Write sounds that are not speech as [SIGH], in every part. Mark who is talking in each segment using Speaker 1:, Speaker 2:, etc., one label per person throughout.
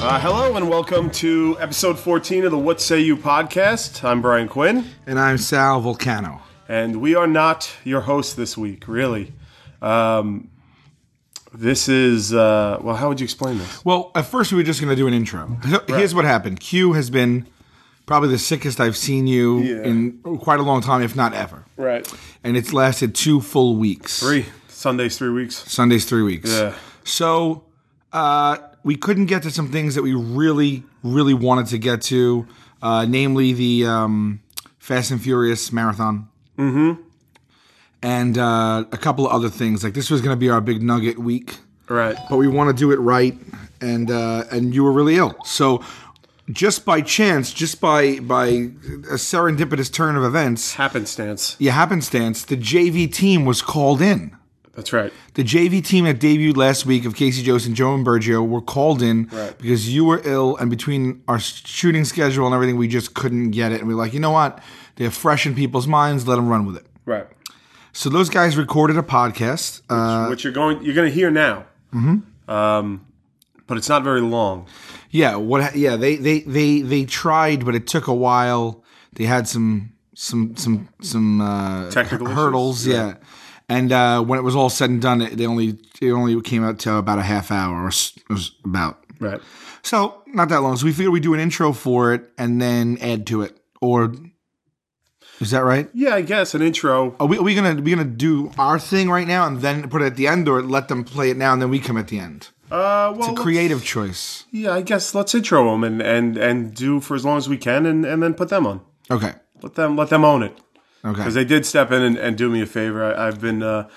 Speaker 1: Uh, hello and welcome to episode 14 of the What Say You podcast. I'm Brian Quinn,
Speaker 2: And I'm Sal Volcano.
Speaker 1: and we are not your hosts this week, really. Um, this is, uh, well, how would you explain this?
Speaker 2: Well, at first we were just going to do an intro. So Here's what happened. Q has been probably the sickest I've seen you
Speaker 1: Yeah.
Speaker 2: in quite a long time, if not ever.
Speaker 1: Right.
Speaker 2: And it's lasted two full weeks.
Speaker 1: Three. Sundays, three weeks.
Speaker 2: Sundays, three weeks.
Speaker 1: Yeah.
Speaker 2: So uh, we couldn't get to some things that we really, really wanted to get to, uh, namely the um, Fast and Furious marathon. Mm-hmm. And uh, a couple of other things. Like this was going to be our big nugget week.
Speaker 1: Right.
Speaker 2: but we want to do it right and uh, and you were really ill so just by chance just by by a serendipitous turn of events
Speaker 1: Happenstance.
Speaker 2: yeah happenstance the jv team was called in
Speaker 1: That's right.
Speaker 2: the JV team that debuted last week of Casey Jost and Joe Bergio were called in
Speaker 1: Right.
Speaker 2: because you were ill, and between our shooting schedule and everything, we just couldn't get it. And we are like, you know what? They're fresh in people's minds. Let them run with it.
Speaker 1: Right.
Speaker 2: So those guys recorded a podcast. Uh,
Speaker 1: Which you're going, you're going to hear now. Mm-hmm. Um, but it's not very long.
Speaker 2: Yeah, what? ha- Yeah, they they they they tried, but it took a while. They had some some some some uh,
Speaker 1: Technical
Speaker 2: hu-
Speaker 1: issues?
Speaker 2: hurdles. Yeah. And uh, when it was all said and done, it, they only it only came out to about a half hour, or s- or s- about
Speaker 1: Right.
Speaker 2: so not that long. So we figured we do an intro for it and then add to it, or is that right?
Speaker 1: Yeah, I guess an intro.
Speaker 2: Are we, are we gonna we gonna do our thing right now and then put it at the end, or let them play it now and then we come at the end?
Speaker 1: Uh, well, let's-
Speaker 2: Creative choice.
Speaker 1: Yeah, I guess let's intro them and and and do for as long as we can, and and then put them on.
Speaker 2: Okay.
Speaker 1: Let them let them own it
Speaker 2: Okay.
Speaker 1: because they did step in and, and do me a favor. I, I've been uh,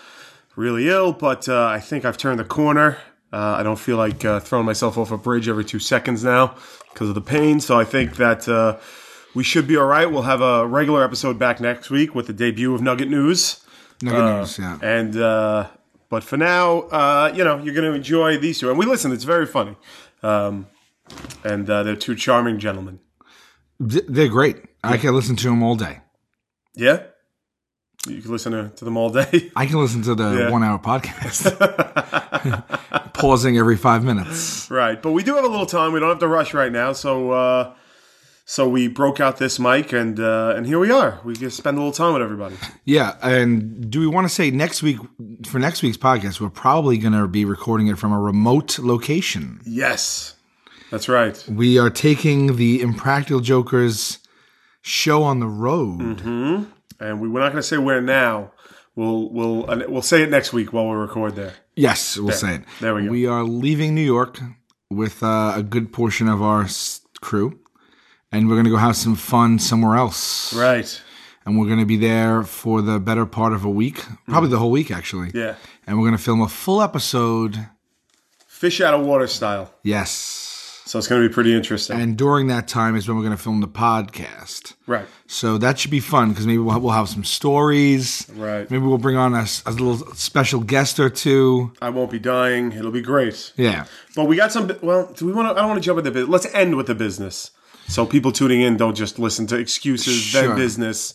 Speaker 1: really ill, but uh, I think I've turned the corner. Uh, I don't feel like uh, throwing myself off a bridge every two seconds now because of the pain. So I think that uh, we should be all right. We'll have a regular episode back next week with the debut of Nugget News.
Speaker 2: no good news. Yeah.
Speaker 1: And uh, but for now, uh, you know, you're going to enjoy these two. And we listen; it's very funny. Um, and uh, they're two charming gentlemen.
Speaker 2: Th- They're great. I can listen to them all day.
Speaker 1: Yeah, you can listen to, to them all day. [LAUGHS]
Speaker 2: I can listen to the
Speaker 1: Yeah.
Speaker 2: one hour podcast, [LAUGHS] pausing every five minutes.
Speaker 1: right, but we do have a little time. We don't have to rush right now, so. Uh, so we broke out this mic, and uh, and here we are. We can spend a little time with everybody.
Speaker 2: Yeah. And do we want to say next week, for next week's podcast, we're probably going to be recording it from a remote location.
Speaker 1: Mm-hmm. Yes, that's right.
Speaker 2: We are taking the Impractical Jokers show on the road.
Speaker 1: Mm-hmm. And we, we're not going to say where now. We'll we'll uh, we'll say it next week while we record there.
Speaker 2: Yes, we'll say it.
Speaker 1: There we go.
Speaker 2: We are leaving New York with uh, a good portion of our s- crew, and we're going to go have some fun somewhere else.
Speaker 1: Right.
Speaker 2: and we're going to be there for the better part of a week, probably the whole week actually.
Speaker 1: Yeah.
Speaker 2: And we're going to film a full episode.
Speaker 1: Fish out of water style.
Speaker 2: Yes.
Speaker 1: So it's going to be pretty interesting.
Speaker 2: And during that time is when we're going to film the podcast.
Speaker 1: right.
Speaker 2: So that should be fun because maybe we'll have, we'll have some stories.
Speaker 1: Right.
Speaker 2: Maybe we'll bring on a, s- a little special guest or two.
Speaker 1: I won't be dying. It'll be great.
Speaker 2: Yeah.
Speaker 1: But we got some. Well, do we want to? I don't want to jump at the business. Let's end with the business. So people tuning in don't just listen to excuses,
Speaker 2: Sure.
Speaker 1: then business,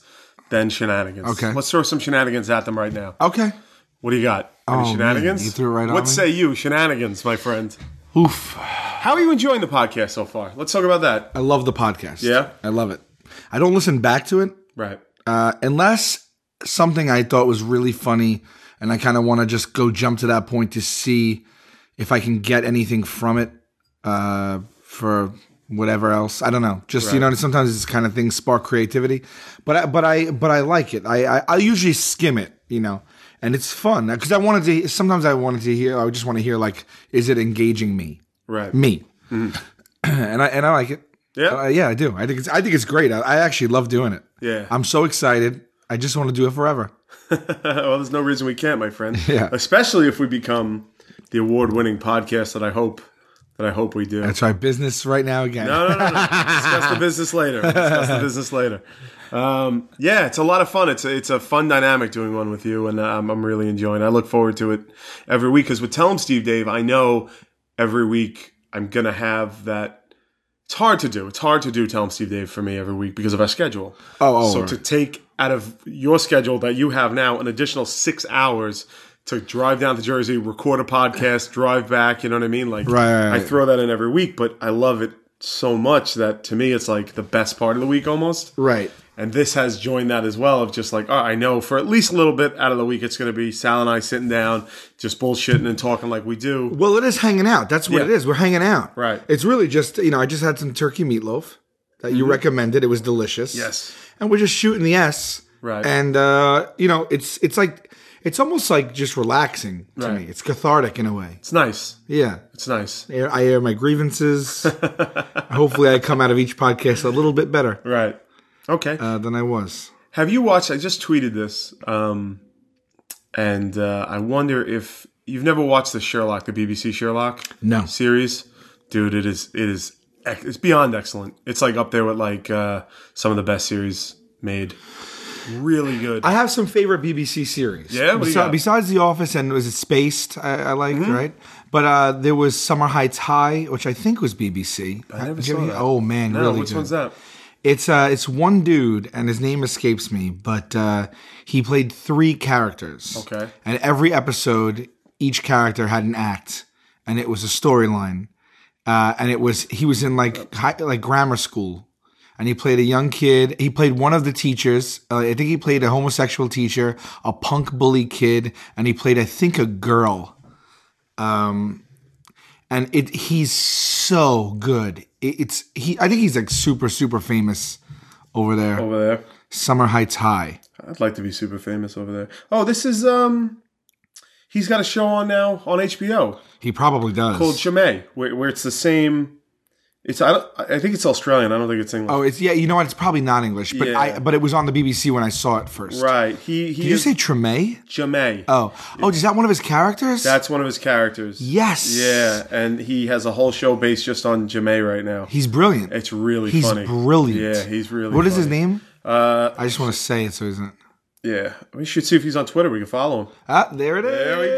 Speaker 1: then shenanigans.
Speaker 2: Okay.
Speaker 1: Let's throw some shenanigans at them right now.
Speaker 2: Okay.
Speaker 1: What do you got? Any
Speaker 2: Oh, man,
Speaker 1: shenanigans?
Speaker 2: you threw it right on
Speaker 1: What
Speaker 2: me.
Speaker 1: say you, shenanigans, my friend?
Speaker 2: Oof.
Speaker 1: How are you enjoying the podcast so far? Let's talk about that.
Speaker 2: I love the podcast.
Speaker 1: Yeah?
Speaker 2: I love it. I don't listen back to it
Speaker 1: Right.
Speaker 2: uh, unless something I thought was really funny, and I kind of want to just go jump to that point to see if I can get anything from it uh, for whatever else. I don't know. Just you know, sometimes this kind of things spark creativity, but I, but I but I like it. I I, I usually skim it, you know. And it's fun because I wanted to. Sometimes I wanted to hear. I just want to hear like, is it engaging me?
Speaker 1: Right.
Speaker 2: Me, [CLEARS THROAT] and I and I like it.
Speaker 1: Yeah.
Speaker 2: Uh, yeah, I do. I think it's I think it's great. I, I actually love doing it.
Speaker 1: Yeah.
Speaker 2: I'm so excited. I just want to do it forever.
Speaker 1: [LAUGHS] well, there's no reason we can't, my friend.
Speaker 2: Yeah.
Speaker 1: Especially if we become the award-winning podcast that I hope that I hope we do.
Speaker 2: That's our business right now again.
Speaker 1: No, no, no, no. Discuss the business later. Discuss the business later. Um, yeah, it's a lot of fun. It's a, it's a fun dynamic doing one with you, and um, I'm, I'm really enjoying. it. I look forward to it every week because with Tell 'em Steve Dave, I know every week I'm gonna have that. It's hard to do. It's hard to do Tell 'em Steve Dave for me every week because of our schedule.
Speaker 2: Oh, oh,
Speaker 1: so
Speaker 2: right.
Speaker 1: to take out of your schedule that you have now an additional six hours to drive down to Jersey, record a
Speaker 2: [LAUGHS]
Speaker 1: podcast, drive back. You know what I mean? Like,
Speaker 2: Right, right, right.
Speaker 1: I throw that in every week, but I love it so much that to me, it's like the best part of the week almost.
Speaker 2: Right.
Speaker 1: And this has joined that as well of just like, oh, I know for at least a little bit out of the week, it's going to be Sal and I sitting down, just bullshitting and talking like we do.
Speaker 2: Well, it is hanging out. That's what
Speaker 1: Yeah.
Speaker 2: it is. We're hanging out.
Speaker 1: Right.
Speaker 2: It's really just, you know, I just had some turkey meatloaf that you recommended. It was delicious.
Speaker 1: Mm-hmm. Yes.
Speaker 2: And we're just shooting the S.
Speaker 1: Right.
Speaker 2: And uh, you know, it's it's like it's almost like just relaxing to
Speaker 1: Right.
Speaker 2: me. It's cathartic in a way.
Speaker 1: It's nice.
Speaker 2: Yeah.
Speaker 1: It's nice.
Speaker 2: Air- I air my grievances. [LAUGHS] Hopefully I come out of each podcast a little bit better
Speaker 1: Right. Okay.
Speaker 2: uh, than I was.
Speaker 1: Have you watched? I just tweeted this, um, and uh, I wonder if you've never watched the Sherlock, the BBC Sherlock
Speaker 2: No.
Speaker 1: series, dude. It is it is ec- it's beyond excellent. It's like up there with like uh, some of the best series made. Really good.
Speaker 2: I have some favorite BBC series.
Speaker 1: Yeah, what do you
Speaker 2: Besi-
Speaker 1: got? Mm-hmm.
Speaker 2: besides The Office and was it Spaced? I, I liked right, but uh, there was Summer Heights High, which I think was BBC.
Speaker 1: I never
Speaker 2: Did you
Speaker 1: saw
Speaker 2: ever-
Speaker 1: that.
Speaker 2: Oh man,
Speaker 1: no,
Speaker 2: really
Speaker 1: which
Speaker 2: good.
Speaker 1: one's that?
Speaker 2: It's uh, it's one dude, and his name escapes me, but uh, he played three characters.
Speaker 1: Okay.
Speaker 2: and every episode, each character had an act, and it was a storyline, uh, and it was he was in like high, like grammar school, and he played a young kid. He played one of the teachers. Uh, I think he played a homosexual teacher, a punk bully kid, and he played I think a girl Um, and it he's so good. It, it's he. I think he's like super super famous over there.
Speaker 1: Over there.
Speaker 2: Summer Heights High.
Speaker 1: I'd like to be super famous over there. Oh, this is um. He's got a show on now on HBO
Speaker 2: He probably does.
Speaker 1: called Chimay, where, where it's the same. It's I, don't, I think it's Australian. I don't think it's English.
Speaker 2: oh, it's yeah. You know what? It's probably not English, but
Speaker 1: Yeah.
Speaker 2: I but it was on the BBC when I saw it first.
Speaker 1: Right. He he
Speaker 2: Did you
Speaker 1: is
Speaker 2: say Treme?
Speaker 1: Jamey.
Speaker 2: Oh, oh, is that one of his characters?
Speaker 1: That's one of his characters.
Speaker 2: yes.
Speaker 1: Yeah, and he has a whole show based just on Jamey right now.
Speaker 2: He's brilliant.
Speaker 1: it's really
Speaker 2: he's
Speaker 1: funny.
Speaker 2: brilliant.
Speaker 1: Yeah, he's really
Speaker 2: What is his
Speaker 1: funny.
Speaker 2: name?
Speaker 1: Uh
Speaker 2: I just want to say it so he isn't.
Speaker 1: yeah. We should see if he's on Twitter. We can follow him.
Speaker 2: Ah, there it is.
Speaker 1: There we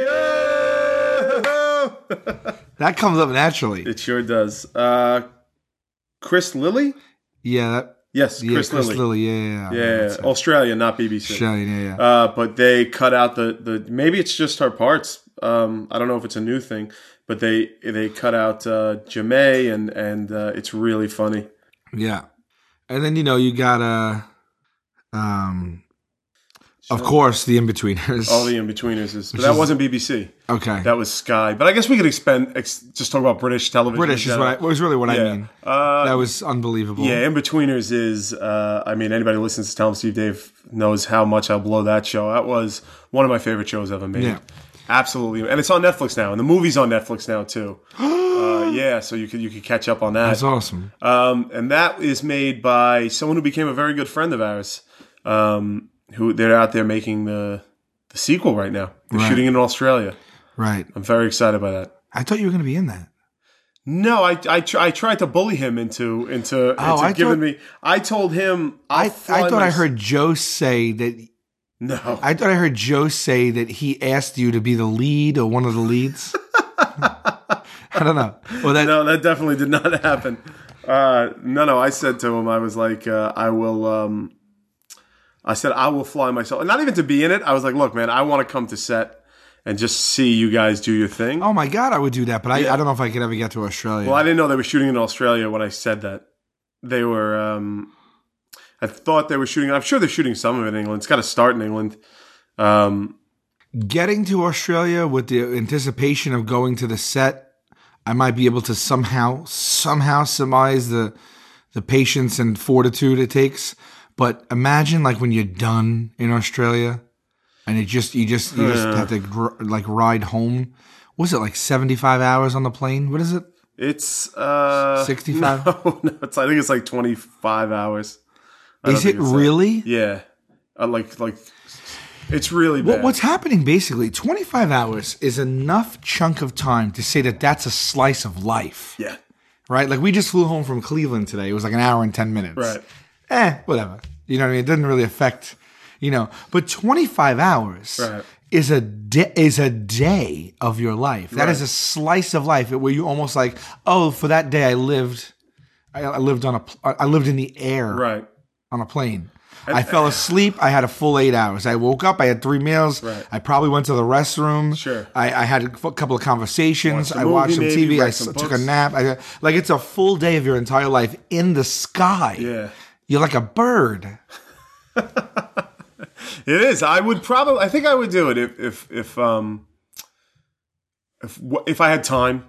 Speaker 2: [LAUGHS]
Speaker 1: go.
Speaker 2: That comes up naturally.
Speaker 1: it sure does. Uh Chris Lilly?
Speaker 2: yeah. That,
Speaker 1: Yes,
Speaker 2: yeah.
Speaker 1: Chris,
Speaker 2: Chris
Speaker 1: Lilly.
Speaker 2: Lilly. Yeah. Yeah.
Speaker 1: Yeah, oh, Australia, not BBC.
Speaker 2: Yeah. yeah, yeah.
Speaker 1: Uh, but they cut out the, the maybe it's just her parts. Um, I don't know if it's a new thing, but they they cut out uh, Jamae and and uh, it's really funny.
Speaker 2: Yeah. And then you know you got uh um of course the in betweeners.
Speaker 1: All Oh, the in betweeners is, but that wasn't BBC.
Speaker 2: [LAUGHS] okay.
Speaker 1: That was Sky. But I guess we could expend ex- just talk about British television.
Speaker 2: British
Speaker 1: in
Speaker 2: is what I,
Speaker 1: general.
Speaker 2: was really what
Speaker 1: Yeah.
Speaker 2: I mean.
Speaker 1: Uh,
Speaker 2: That was unbelievable.
Speaker 1: yeah, in betweeners is. Uh, I mean, anybody who listens to Tom Steve Dave knows how much I blow that show. That was one of my favorite shows ever made.
Speaker 2: Yeah.
Speaker 1: Absolutely, and it's on Netflix now, and the movie's on Netflix now
Speaker 2: [GASPS]
Speaker 1: too. uh, yeah, so you could you could catch up on that.
Speaker 2: That's awesome.
Speaker 1: Um, and that is made by someone who became a very good friend of ours. Um, who they're out there making the the sequel right now. They're
Speaker 2: Right.
Speaker 1: shooting it in Australia.
Speaker 2: Right.
Speaker 1: I'm very excited by that.
Speaker 2: I thought you were going to be in that.
Speaker 1: No, I I, tr- I tried to bully him into into, into
Speaker 2: Oh, I
Speaker 1: giving
Speaker 2: thought-
Speaker 1: me. I told him I'll
Speaker 2: I
Speaker 1: fly
Speaker 2: I thought I
Speaker 1: mys-
Speaker 2: heard Joe say that
Speaker 1: [LAUGHS] no.
Speaker 2: I thought I heard Joe say that he asked you to be the lead or one of the
Speaker 1: [LAUGHS]
Speaker 2: leads. [LAUGHS] I don't know. Well that
Speaker 1: [LAUGHS] no, that definitely did not [LAUGHS] happen. Uh, no, no, I said to him, I was like, uh, I will. Um, I said I will fly myself, not even to be in it. I was like, look, man, I want to come to set and just see you guys do your thing.
Speaker 2: Oh my god, I would do that, but I, I don't know if I could ever get to Australia.
Speaker 1: Well, I didn't know they were shooting in Australia when I said that. They were. Um, I thought they were shooting. I'm sure they're shooting some of it in England. It's got to start in England. Um,
Speaker 2: getting to Australia with the anticipation of going to the set, I might be able to somehow, somehow surmise the the patience and fortitude it takes. But imagine like when you're done in Australia, and it just you just you just have to gr- like ride home. Was it like seventy five hours on the plane? What is it?
Speaker 1: it's uh,
Speaker 2: 65?
Speaker 1: [LAUGHS] No, no, it's, I think it's like 25 hours. I
Speaker 2: Is
Speaker 1: don't
Speaker 2: it
Speaker 1: think it's that.
Speaker 2: really?
Speaker 1: Yeah, uh, like like it's really bad.
Speaker 2: What, what's happening basically? Twenty five hours is enough chunk of time to say that that's a slice of life.
Speaker 1: yeah,
Speaker 2: right? Like we just flew home from Cleveland today. It was like an hour and ten minutes.
Speaker 1: right.
Speaker 2: Eh, whatever. You know what I mean? It didn't really affect, you know. But twenty five hours
Speaker 1: Right.
Speaker 2: is a day is a day of your life. That is a slice of life where you almost like, oh, for that day I lived, I, I lived on a, pl- I lived in the air
Speaker 1: Right.
Speaker 2: on a plane. I fell asleep. I had a full eight hours. I woke up. I had three meals.
Speaker 1: Right.
Speaker 2: I probably went to the restroom.
Speaker 1: Sure.
Speaker 2: I, I had a f- couple of conversations.
Speaker 1: Watched a
Speaker 2: I watched
Speaker 1: movie
Speaker 2: some
Speaker 1: maybe,
Speaker 2: TV.
Speaker 1: read
Speaker 2: I s-
Speaker 1: some
Speaker 2: took a
Speaker 1: books.
Speaker 2: nap. I, like it's a full day of your entire life in the sky.
Speaker 1: Yeah.
Speaker 2: You're like a bird.
Speaker 1: It is. I would probably. I think I would do it if if if um if wh- if I had time.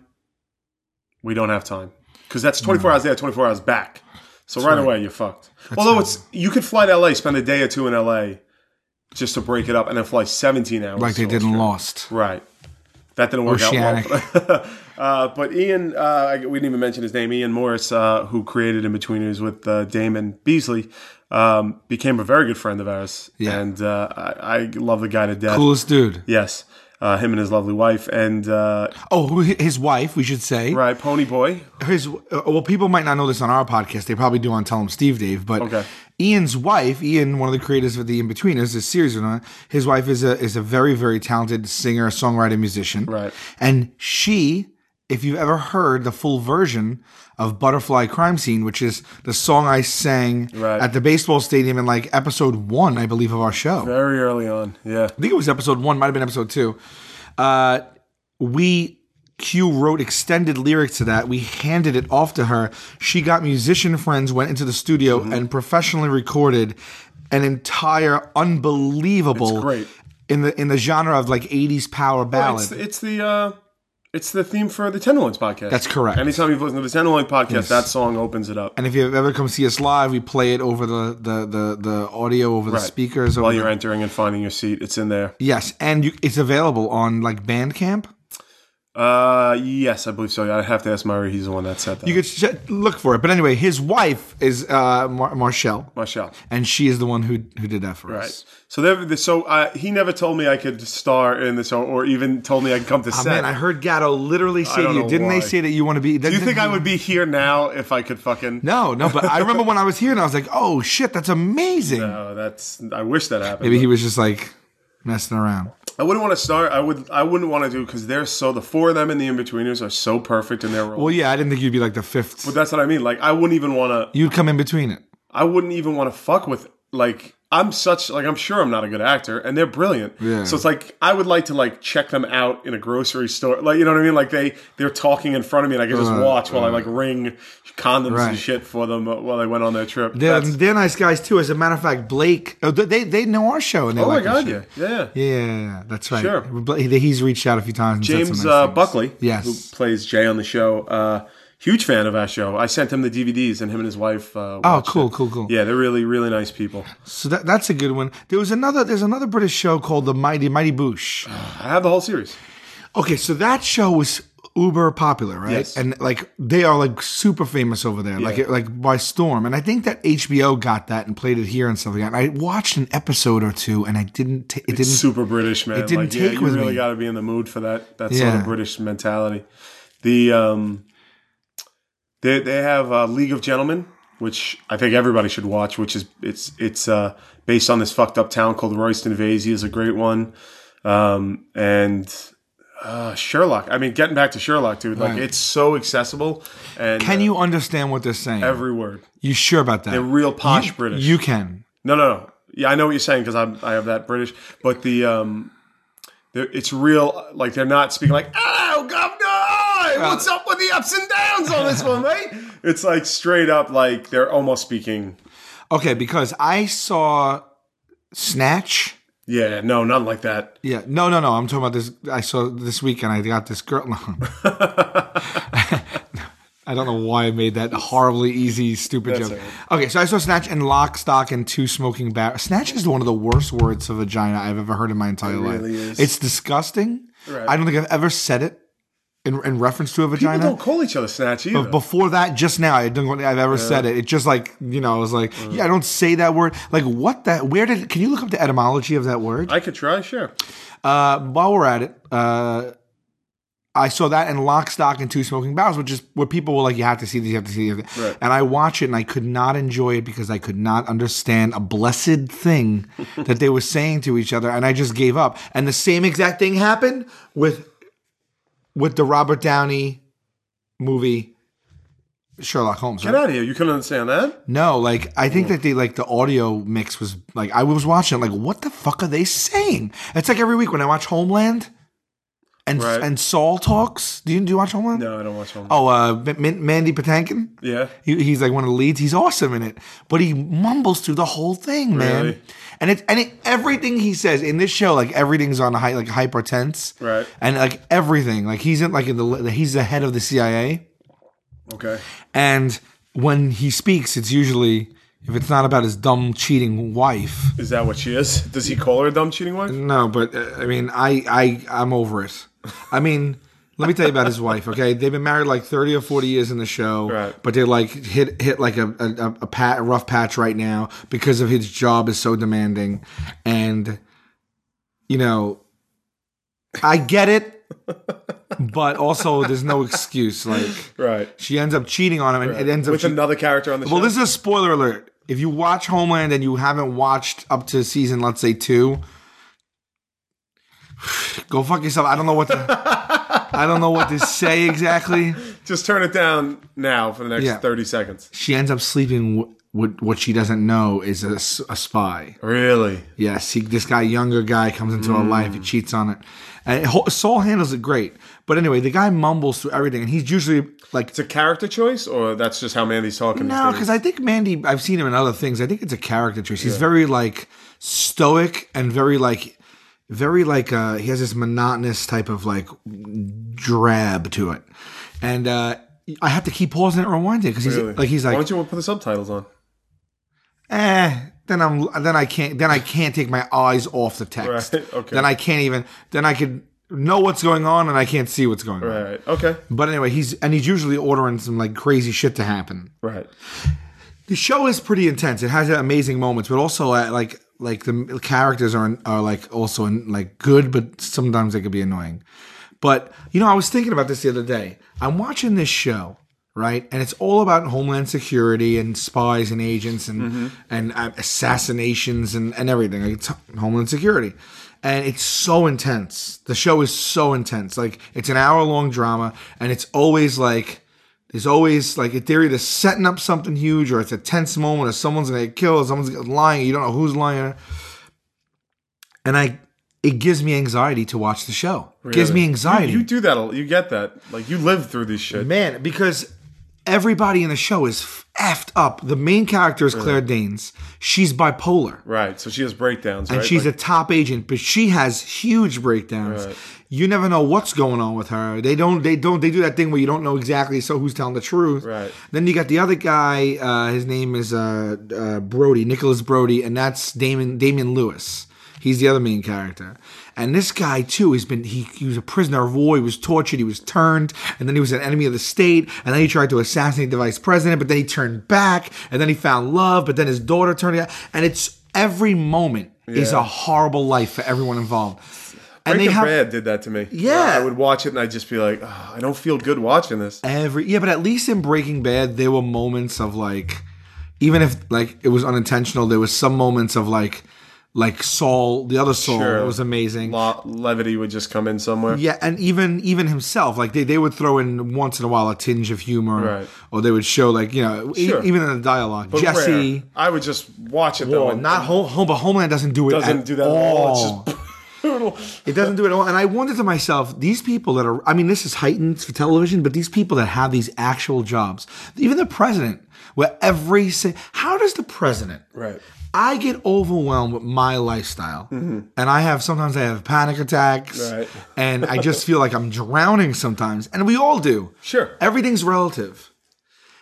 Speaker 1: We don't have time because that's twenty
Speaker 2: Mm.
Speaker 1: four hours there, twenty four hours back. So right, away you're fucked. Although it's you could fly to L.A., spend a day or two in L.A. just to break it up, and then fly seventeen hours
Speaker 2: Like they
Speaker 1: So
Speaker 2: did
Speaker 1: it's-
Speaker 2: in Lost.
Speaker 1: Right. That didn't work out well. [LAUGHS] uh, but Ian, uh, I- we didn't even mention his name. Ian Morris, uh, who created In Betweeners with uh, Damon Beasley, um, became a very good friend of ours.
Speaker 2: Yeah.
Speaker 1: And uh, I, I love the guy to death.
Speaker 2: Coolest dude.
Speaker 1: Yes. Uh, him and his lovely wife. And, uh,
Speaker 2: Oh, who- his wife, we should say.
Speaker 1: right, Pony Boy.
Speaker 2: his uh, well people might not know this on our podcast they probably do on tell 'Em steve dave but
Speaker 1: Okay.
Speaker 2: ian's wife ian one of the creators of the in-betweeners this series and all, his wife is a is a very very talented singer songwriter musician
Speaker 1: Right.
Speaker 2: and she if you've ever heard the full version of butterfly crime scene which is the song i sang
Speaker 1: Right.
Speaker 2: at the baseball stadium in like episode one i believe of our show
Speaker 1: Very early on. Yeah.
Speaker 2: I think it was episode one, might have been episode two. Uh, we Q wrote extended lyrics to that. We handed it off to her. She got musician friends, went into the studio
Speaker 1: Mm-hmm.
Speaker 2: and professionally recorded an entire unbelievable
Speaker 1: It's great.
Speaker 2: in the in the genre of like 80s power ballad.
Speaker 1: It's, it's the. Uh, it's the theme for the Tenderloins podcast.
Speaker 2: That's correct.
Speaker 1: Anytime you've listened to the Tenderloin podcast, that song opens it up.
Speaker 2: and if you've ever come see us live, we play it over the the the, the audio over the speakers. Over
Speaker 1: While
Speaker 2: the-
Speaker 1: you're entering and finding your seat, it's in there.
Speaker 2: yes, and you, it's available on like Bandcamp.
Speaker 1: Uh, yes, I believe so. I'd have to ask Murray. He's the one that said that.
Speaker 2: You could sh- look for it. But anyway, his wife is uh, Mar- Marshall.
Speaker 1: Michelle.
Speaker 2: and she is the one who who did that for us.
Speaker 1: Right. So there, so uh, he never told me I could star in this, or, or even told me I could come to
Speaker 2: Oh,
Speaker 1: set.
Speaker 2: man, I heard Gatto literally say to
Speaker 1: don't
Speaker 2: you,
Speaker 1: know
Speaker 2: didn't they
Speaker 1: why.
Speaker 2: say that you want to be?
Speaker 1: Do you think I would be here now if I could fucking?
Speaker 2: No, no. But I remember when I was here and I was like, oh shit, that's amazing.
Speaker 1: No, that's. I wish that happened.
Speaker 2: Maybe he was just like messing around.
Speaker 1: I wouldn't want to start. I would. I wouldn't want to do because they're so. The four of them and the in betweeners are so perfect in their role.
Speaker 2: Well, yeah, I didn't think you'd be like the fifth.
Speaker 1: but that's what I mean. Like I wouldn't even want to.
Speaker 2: You'd come in between it.
Speaker 1: I wouldn't even want to fuck with like I'm such like I'm sure I'm not a good actor and they're brilliant.
Speaker 2: Yeah.
Speaker 1: So it's like I would like to like check them out in a grocery store. Like you know what I mean? Like they they're talking in front of me and I can just watch while I like ring condoms
Speaker 2: Uh, Right.
Speaker 1: and shit for them while they went on their trip.
Speaker 2: They're,
Speaker 1: That's-
Speaker 2: they're nice guys too. As a matter of fact, Blake, oh, they- they they know our show and they
Speaker 1: oh my
Speaker 2: like our
Speaker 1: god,
Speaker 2: show.
Speaker 1: yeah. Yeah. yeah.
Speaker 2: Yeah, yeah, yeah, that's right.
Speaker 1: Sure.
Speaker 2: Bla- He's reached out a few times. And said some
Speaker 1: James
Speaker 2: nice
Speaker 1: uh,
Speaker 2: things.
Speaker 1: Buckley,
Speaker 2: Yes.
Speaker 1: who plays Jay on the show, uh huge fan of our show. I sent him the DVDs and him and his wife uh
Speaker 2: Oh,
Speaker 1: watched
Speaker 2: cool,
Speaker 1: it.
Speaker 2: cool, cool.
Speaker 1: Yeah, they're really really nice people.
Speaker 2: So that, that's a good one. There was another. There's another British show called The Mighty Mighty Boosh.
Speaker 1: I have the whole series.
Speaker 2: Okay, so that show was uber popular, right?
Speaker 1: Yes.
Speaker 2: And like they are like super famous over there, like it, like by storm. And I think that HBO got that and played it here and stuff like that. And I watched an episode or two, and I didn't. T- it didn't.
Speaker 1: super British, man.
Speaker 2: didn't
Speaker 1: like,
Speaker 2: take
Speaker 1: yeah,
Speaker 2: with
Speaker 1: you really
Speaker 2: me.
Speaker 1: got to be in the mood for that that sort
Speaker 2: Yeah.
Speaker 1: of British mentality. The um, they they have uh, League of Gentlemen, which I think everybody should watch. Which is it's it's uh, based on this fucked up town called Royston Vasey is a great one, um, and. Uh, Sherlock. I mean, getting back to Sherlock, dude. Like,
Speaker 2: Right.
Speaker 1: it's so accessible, and
Speaker 2: can
Speaker 1: uh,
Speaker 2: you understand what they're saying?
Speaker 1: every word.
Speaker 2: you sure about that?
Speaker 1: They're real posh
Speaker 2: you,
Speaker 1: British.
Speaker 2: You can.
Speaker 1: No, no, no. Yeah, I know what you're saying because I'm I have that British, but the um, they're- it's real. Like they're not speaking like "Oh, governor, what's up with the ups and downs on this one, mate?" It's like straight up, like they're almost speaking.
Speaker 2: Okay, because I saw Snatch.
Speaker 1: Yeah, no, not like that.
Speaker 2: Yeah, no, no, no. I'm talking about this. I saw this weekend. I got this girl. [LAUGHS] No. I don't know why I made that horribly easy, stupid
Speaker 1: That's
Speaker 2: joke.
Speaker 1: all
Speaker 2: Okay, so I saw snatch and lock, stock, and two smoking barrels. Snatch is one of the worst words for vagina I've ever heard in my entire life.
Speaker 1: really is.
Speaker 2: It's disgusting.
Speaker 1: Right.
Speaker 2: I don't think I've ever said it in, in reference to a
Speaker 1: People
Speaker 2: vagina.
Speaker 1: don't call each other snatch either.
Speaker 2: Before that, just now, I don't think I've ever said it. It just like you know, I was like, yeah, I don't say that word. Like, what that? Where did? Can you look up the etymology of that word?
Speaker 1: I could try, sure.
Speaker 2: Uh, while we're at it, uh, I saw that in Lock, Stock, and Two Smoking Barrels, which is where people were like, "You have to see this, you have to see this."
Speaker 1: Right.
Speaker 2: And I watch it, and I could not enjoy it because I could not understand a blessed thing that they were saying to each other, and I just gave up. And the same exact thing happened with with the Robert Downey movie Sherlock Holmes.
Speaker 1: Get
Speaker 2: right?
Speaker 1: out of here. You couldn't understand that?
Speaker 2: No, like I think that they like the audio mix was like I was watching like what the fuck are they saying? It's like every week when I watch Homeland and
Speaker 1: Right.
Speaker 2: and Saul talks. Do you do you watch Homeland?
Speaker 1: No, I don't watch Homeland.
Speaker 2: Oh, uh, M- M- Mandy Patinkin.
Speaker 1: Yeah.
Speaker 2: He, he's like one of the leads. He's awesome in it, but he mumbles through the whole thing, man.
Speaker 1: Really?
Speaker 2: And it and it, everything he says in this show, like everything's on high, like hypertense,
Speaker 1: Right.
Speaker 2: And like everything, like he's in like in the he's the head of the CIA,
Speaker 1: Okay.
Speaker 2: and when he speaks, it's usually if it's not about his dumb cheating wife.
Speaker 1: Is that what she is? Does he call her a dumb cheating wife?
Speaker 2: No, but uh, I mean, I I I'm over it. I mean, let me tell you about his wife. Okay, they've been married like thirty or forty years in the show,
Speaker 1: Right.
Speaker 2: but they're like hit hit like a a, a, pat, a rough patch right now because of his job is so demanding, and you know, I get it, but also there's no excuse. Like
Speaker 1: Right.
Speaker 2: she ends up cheating on him, and it ends up
Speaker 1: With
Speaker 2: she-
Speaker 1: another character on the
Speaker 2: well,
Speaker 1: show.
Speaker 2: this is a spoiler alert. If you watch Homeland and you haven't watched up to season, let's say two, [SIGHS] go fuck yourself. I don't know what to, I don't know what to say exactly.
Speaker 1: Just turn it down now for the next
Speaker 2: Yeah.
Speaker 1: 30 seconds.
Speaker 2: She ends up sleeping w- with what she doesn't know is a, s- a spy.
Speaker 1: Really?
Speaker 2: Yes, he, this guy, younger guy, comes into her life. He cheats on it, and Ho- Saul handles it great. But anyway, the guy mumbles through everything, and he's usually like.
Speaker 1: It's a character choice, or that's just how Mandy's talking?
Speaker 2: No, because I think Mandy, I've seen him in other things. I think it's a character choice. He's very like stoic and very like, very like, uh, he has this monotonous type of like drab to it. And, uh, I have to keep pausing it and rewinding because he's like, he's
Speaker 1: Why
Speaker 2: like,
Speaker 1: don't you put the subtitles on?
Speaker 2: eh, then I'm, then I can't, then I can't take my eyes off the text.
Speaker 1: Right, [LAUGHS] okay.
Speaker 2: Then I can't even, then I could know what's going on and I can't see what's going on.
Speaker 1: All right. Okay.
Speaker 2: But anyway, he's, and he's usually ordering some like crazy shit to happen.
Speaker 1: Right.
Speaker 2: the show is pretty intense. It has amazing moments, but also uh, like like the characters are are like also like good, but sometimes they could be annoying. But you know, I was thinking about this the other day. I'm watching this show, right, and it's all about Homeland Security and spies and agents and and uh, assassinations and and everything. Like, it's Homeland Security. And it's so intense. The show is so intense. Like it's an hour long drama, and it's always like there's always like a theory that's setting up something huge, or it's a tense moment, or someone's gonna get killed, or someone's lying, you don't know who's lying. And I, it gives me anxiety to watch the show. It Gives me
Speaker 1: Really?
Speaker 2: anxiety,
Speaker 1: You do that. a- You get that. Like you live through this shit.
Speaker 2: man, because everybody in the show is effed up. The main character is Claire Danes. She's bipolar.
Speaker 1: Right. So she has breakdowns.
Speaker 2: And
Speaker 1: right?
Speaker 2: she's
Speaker 1: Like,
Speaker 2: a top agent, but she has huge breakdowns.
Speaker 1: Right.
Speaker 2: You never know what's going on with her. They don't. They don't. They do that thing where you don't know exactly. So who's telling the truth?
Speaker 1: Right.
Speaker 2: Then you got the other guy. Uh, his name is uh, uh, Brody, Nicholas Brody, and that's Damon Damon Lewis. He's the other main character. And this guy too, he's been he, he was a prisoner of war. He was tortured. He was turned, and then he was an enemy of the state. And then he tried to assassinate the vice president, but then he turned back. And then he found love, but then his daughter turned out. And it's every moment is
Speaker 1: Yeah.
Speaker 2: a horrible life for everyone involved. And
Speaker 1: Breaking
Speaker 2: they have
Speaker 1: Bad did that to me.
Speaker 2: Yeah.
Speaker 1: I would watch it and I'd just be like, "Ugh, I don't feel good watching this.
Speaker 2: every yeah, but at least in Breaking Bad, there were moments of like, even if like it was unintentional, there was some moments of like, like Saul, the other Saul,
Speaker 1: Sure.
Speaker 2: that was amazing.
Speaker 1: Lo- levity would just come in somewhere.
Speaker 2: Yeah, and even even himself, like they, they would throw in once in a while a tinge of humor,
Speaker 1: Right.
Speaker 2: or they would show like you know e-
Speaker 1: Sure.
Speaker 2: even in the dialogue,
Speaker 1: But
Speaker 2: Jesse.
Speaker 1: rare. I would just watch it though.
Speaker 2: Well,
Speaker 1: and-
Speaker 2: not home, home, but Homeland doesn't do it.
Speaker 1: doesn't
Speaker 2: at
Speaker 1: do that at all. It's just brutal.
Speaker 2: It doesn't do it at all. And I wonder to myself, these people that are, I mean, this is heightened for television, but these people that have these actual jobs, even the president, where every, si- how does the president,
Speaker 1: Right.
Speaker 2: I get overwhelmed with my lifestyle. And I have, sometimes I have panic attacks.
Speaker 1: Mm-hmm. Right.
Speaker 2: And I just feel like I'm drowning sometimes. And we all do.
Speaker 1: Sure.
Speaker 2: Everything's relative.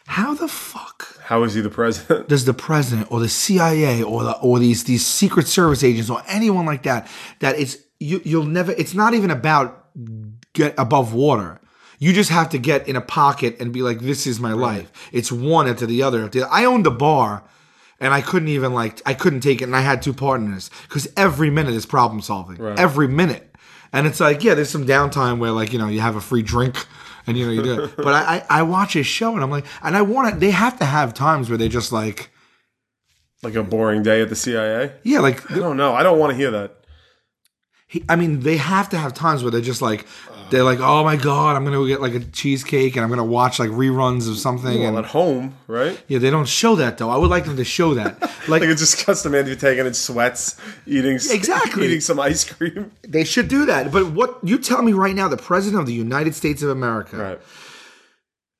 Speaker 2: How the fuck
Speaker 1: How is he the president? [LAUGHS]
Speaker 2: does the president or the CIA or the or these these Secret Service agents or anyone like that that it's you you'll never it's not even about get above water. You just have to get in a pocket and be like, this is my life. It's one after the other. after the- I owned a bar and I couldn't even like I couldn't take it and I had two partners because every minute is problem solving. Every minute. And it's like, yeah, there's some downtime where like, you know, you have a free drink and you know you do it. but I, I, I watch his show and I'm like and I wanna they have to have times where they're just like
Speaker 1: Like a boring day at the CIA?
Speaker 2: yeah, like
Speaker 1: I don't know. I don't want to hear that.
Speaker 2: he, I mean, they have to have times where they're just like, they're like, oh my god, I'm gonna go get like a cheesecake and I'm gonna watch like reruns of something.
Speaker 1: Well,
Speaker 2: and
Speaker 1: at home, right?
Speaker 2: yeah, they don't show that though. I would like them to show that. Like,
Speaker 1: Like it just cuts the man to be taking in sweats, eating
Speaker 2: Exactly.
Speaker 1: eating some ice
Speaker 2: [LAUGHS]
Speaker 1: cream.
Speaker 2: they should do that. But what you tell me right now, the president of the United States of America,
Speaker 1: Right.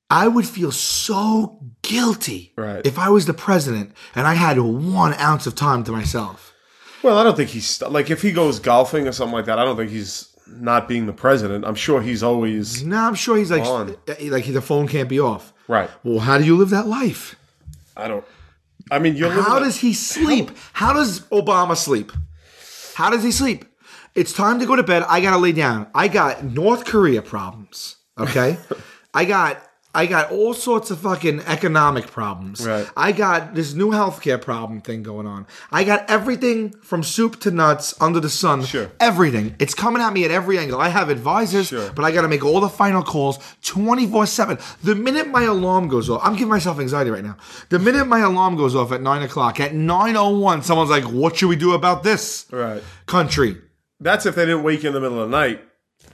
Speaker 2: I would feel so guilty
Speaker 1: Right.
Speaker 2: if I was the president and I had one ounce of time to myself.
Speaker 1: Well, I don't think he's like if he goes golfing or something like that. I don't think he's not being the president. I'm sure he's always
Speaker 2: No, I'm sure he's like, eh,
Speaker 1: On.
Speaker 2: like the phone can't be off.
Speaker 1: right.
Speaker 2: Well, how do you live that life?
Speaker 1: I don't. I mean, you're
Speaker 2: How
Speaker 1: living a-
Speaker 2: does he sleep? How does Obama sleep? How does he sleep? It's time to go to bed. I gotta lay down. I got North Korea problems.
Speaker 1: [LAUGHS]
Speaker 2: Okay, I got I got all sorts of fucking economic problems.
Speaker 1: Right.
Speaker 2: I got this new healthcare problem thing going on. I got everything from soup to nuts under the sun.
Speaker 1: Sure.
Speaker 2: Everything. It's coming at me at every angle. I have advisors,
Speaker 1: Sure.
Speaker 2: but I gotta make all the final calls 24 7. The minute my alarm goes off, I'm giving myself anxiety right now. The minute my alarm goes off at 9 o'clock, at 9.01, someone's like, What should we do about this
Speaker 1: right.
Speaker 2: country?
Speaker 1: That's if they didn't wake you in the middle of the night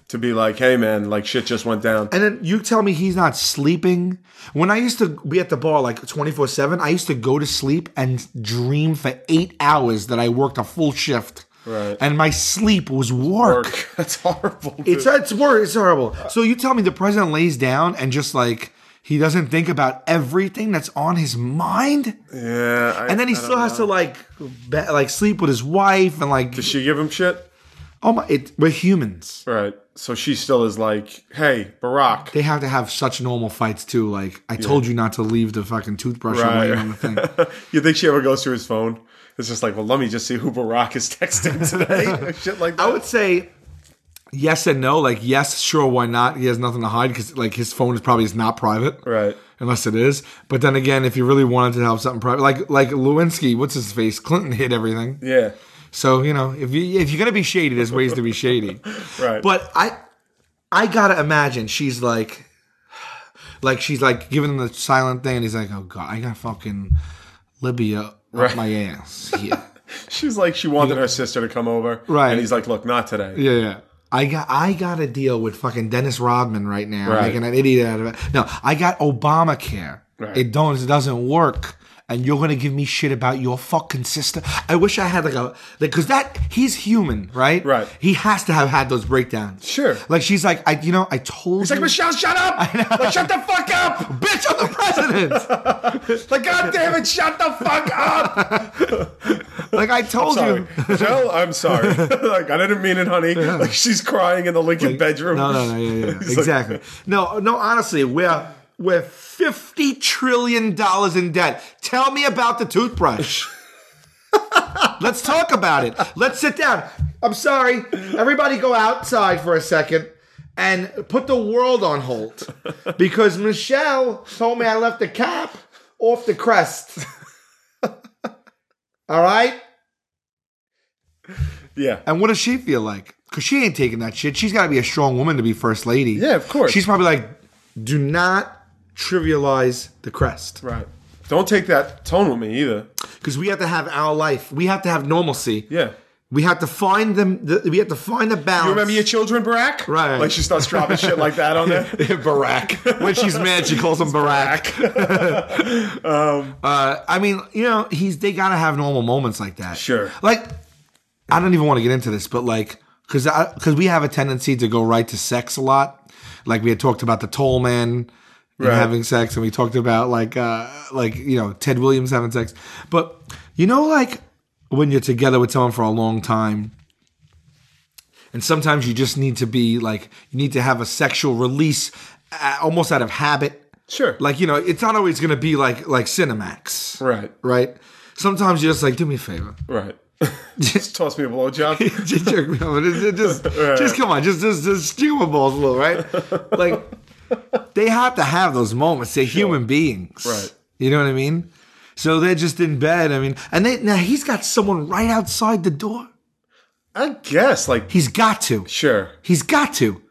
Speaker 1: to be like, hey man, like shit just went down.
Speaker 2: And then you tell me he's not sleeping. When I used to be at the bar like 24 7, I used to go to sleep and dream for eight hours that I worked a full shift.
Speaker 1: Right.
Speaker 2: And my sleep was work.
Speaker 1: Work. [LAUGHS] That's horrible. dude.
Speaker 2: It's, it's, wor- it's horrible. So you tell me the president lays down and just like he doesn't think about everything that's on his mind?
Speaker 1: yeah. I-
Speaker 2: And then he
Speaker 1: I don't
Speaker 2: still has to like be- like sleep with his wife and like
Speaker 1: Does she give him shit?
Speaker 2: oh my it, we're humans.
Speaker 1: Right. So she still is like, hey, Barack.
Speaker 2: They have to have such normal fights too. Like I told you not to leave the fucking toothbrush
Speaker 1: Right.
Speaker 2: away on the thing.
Speaker 1: [LAUGHS] you think she ever goes through his phone? It's just like, well, let me just see who Barack is [LAUGHS] texting today. or Shit like that.
Speaker 2: I would say yes and no. Like yes, sure, why not? He has nothing to hide because like his phone is probably is not private.
Speaker 1: right.
Speaker 2: Unless it is, but then again, if you really wanted to have something private, like like Lewinsky, what's his face? Clinton hid everything.
Speaker 1: Yeah.
Speaker 2: So you know, if you if you're gonna be shady, there's ways to be shady.
Speaker 1: Right.
Speaker 2: But I, I gotta imagine she's like, like she's like giving him the silent thing, and he's like, oh god, I got fucking Libya up
Speaker 1: Right.
Speaker 2: my ass here.
Speaker 1: she's like, she wanted her sister to come over.
Speaker 2: Right.
Speaker 1: And he's like, look, not today.
Speaker 2: yeah, yeah. I got I got to deal with fucking Dennis Rodman right now,
Speaker 1: Right.
Speaker 2: making an idiot out of it. No, I got Obamacare.
Speaker 1: Right.
Speaker 2: It don't it doesn't work. And you're gonna give me shit about your fucking sister. I wish I had like a like because that he's human, right?
Speaker 1: Right.
Speaker 2: He has to have had those breakdowns.
Speaker 1: Sure.
Speaker 2: Like she's like, I you know, I told
Speaker 1: He's like, Michelle, shut up! Like, shut the fuck up!
Speaker 2: bitch on the president.
Speaker 1: [LAUGHS] Like, God damn it, shut the fuck
Speaker 2: [LAUGHS]
Speaker 1: up!
Speaker 2: like I told
Speaker 1: Sorry.
Speaker 2: you.
Speaker 1: Michelle, I'm
Speaker 2: [LAUGHS]
Speaker 1: sorry. like, I didn't mean it, honey. Like, she's crying in the Lincoln bedroom.
Speaker 2: No, no, no, yeah,
Speaker 1: [LAUGHS]
Speaker 2: yeah, yeah.
Speaker 1: He's like-
Speaker 2: exactly. no, no. Honestly, we're we're fifty trillion dollars in debt. Tell me about
Speaker 1: [LAUGHS]
Speaker 2: the toothbrush. Let's talk about it. Let's sit down. I'm sorry, everybody, go outside for a second and put the world on hold because Michelle told me I left the cap off the
Speaker 1: [LAUGHS]
Speaker 2: crest. All right.
Speaker 1: Yeah.
Speaker 2: And what does she feel like? Because she ain't taking that shit. She's got to be a strong woman to be first lady.
Speaker 1: Yeah, of course.
Speaker 2: She's probably like, do not trivialize the crest.
Speaker 1: Right. Don't take that tone with me either.
Speaker 2: Because we have to have our life. We have to have normalcy.
Speaker 1: Yeah.
Speaker 2: We have to find them. The, we have to find the balance.
Speaker 1: You remember
Speaker 2: [LAUGHS]
Speaker 1: your children, Barack?
Speaker 2: Right.
Speaker 1: Like, she starts dropping shit like that on
Speaker 2: [LAUGHS]
Speaker 1: there.
Speaker 2: Barack.
Speaker 1: [LAUGHS]
Speaker 2: When she's mad, she calls him Barack.
Speaker 1: Um,
Speaker 2: uh, I mean, you know, he's they gotta have normal moments like that.
Speaker 1: Sure.
Speaker 2: Like, I don't even want to get into this, but like, because because we have a tendency to go right to sex a lot. Like we had talked about the toll man and
Speaker 1: Right.
Speaker 2: having sex, and we talked about like uh like you know Ted Williams having sex, but you know like when you're together with someone for a long time and sometimes you just need to be like, you need to have a sexual release uh, almost out of habit.
Speaker 1: Sure.
Speaker 2: Like, you know, it's not always going to be like like Cinemax,
Speaker 1: right.
Speaker 2: right? Sometimes you're just like, do me a favor.
Speaker 1: Right. [LAUGHS] Just toss me a blowjob.
Speaker 2: [LAUGHS] just, jerk me off. Just- just, just come on. Just, just, just chew my balls a little, right? Like, they have to have those moments. They're human beings.
Speaker 1: Right.
Speaker 2: You know what I mean? So they're just in bed. I mean, and they, now he's got someone right outside the door.
Speaker 1: I guess, like,
Speaker 2: He's got to.
Speaker 1: sure,
Speaker 2: He's got to.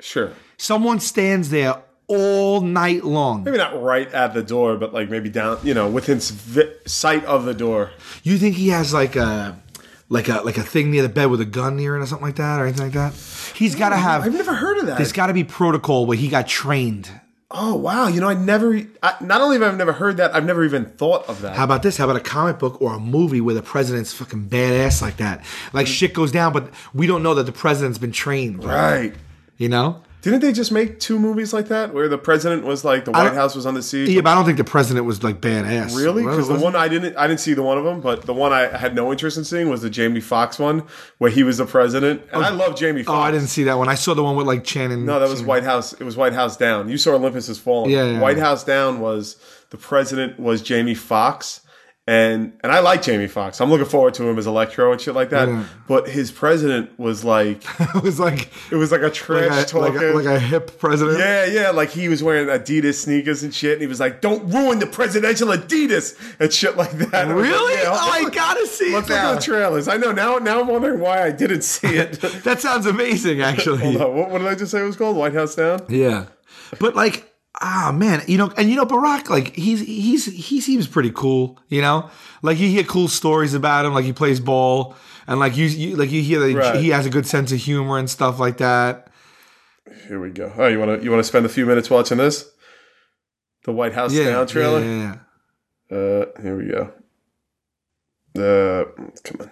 Speaker 1: sure.
Speaker 2: someone stands there all night long.
Speaker 1: Maybe not right at the door, but like maybe down, you know, within s- vi- sight of the door.
Speaker 2: You think he has like a like a like a thing near the bed with a gun near it or something like that or anything like that. He's got to have.
Speaker 1: I've never heard of that.
Speaker 2: There's got to be protocol where he got trained.
Speaker 1: oh wow, you know I never. I, not only have I never heard that, I've never even thought of that.
Speaker 2: How about this? How about a comic book or a movie where the president's fucking badass like that? Like shit goes down, but we don't know that the president's been trained.
Speaker 1: right.
Speaker 2: You know?
Speaker 1: Didn't they just make two movies like that where the president was like the White
Speaker 2: don't-
Speaker 1: House was on the siege?
Speaker 2: Yeah, but I don't think the president was like badass.
Speaker 1: Really?
Speaker 2: Was-
Speaker 1: Because the
Speaker 2: was-
Speaker 1: one I didn't, I didn't see the one of them, but the one I had no interest in seeing was the Jamie Foxx one, where he was the president. And I love Jamie Foxx.
Speaker 2: Oh, I didn't see that one. I saw the one with like Channing.
Speaker 1: No, that was White House. It was White House Down. You saw Olympus Has Fallen.
Speaker 2: Yeah, yeah,
Speaker 1: White
Speaker 2: yeah.
Speaker 1: House Down was the president was Jamie Foxx, and and I like Jamie Foxx. I'm looking forward to him as Electro and shit like that.
Speaker 2: Yeah.
Speaker 1: But his president was like
Speaker 2: [LAUGHS] it was like
Speaker 1: it was like a
Speaker 2: [LAUGHS] like
Speaker 1: trash
Speaker 2: a, like,
Speaker 1: talking.
Speaker 2: a, like a hip president.
Speaker 1: yeah, yeah, like he was wearing Adidas sneakers and shit, and he was like, "Don't ruin the presidential Adidas" and shit like that. [LAUGHS] I was like,
Speaker 2: Really?
Speaker 1: yeah,
Speaker 2: oh, I
Speaker 1: look-
Speaker 2: gotta see
Speaker 1: Let's
Speaker 2: it
Speaker 1: look
Speaker 2: now.
Speaker 1: at the trailers. I know now. Now I'm wondering why I didn't see
Speaker 2: [LAUGHS]
Speaker 1: it.
Speaker 2: That sounds amazing, actually.
Speaker 1: Uh, what, what did I just say it was called? White House Down.
Speaker 2: Yeah, but like, ah, man, you know, and you know, Barack, like, he's he's he seems pretty cool, you know, like you hear cool stories about him, like he plays ball, and like you, you like you hear that
Speaker 1: Right.
Speaker 2: he has a good sense of humor and stuff like that.
Speaker 1: Here we go. Oh, you want to you want to spend a few minutes watching this? The White House
Speaker 2: Yeah,
Speaker 1: Down trailer.
Speaker 2: yeah, yeah, yeah.
Speaker 1: Uh, here we go. Uh, come on.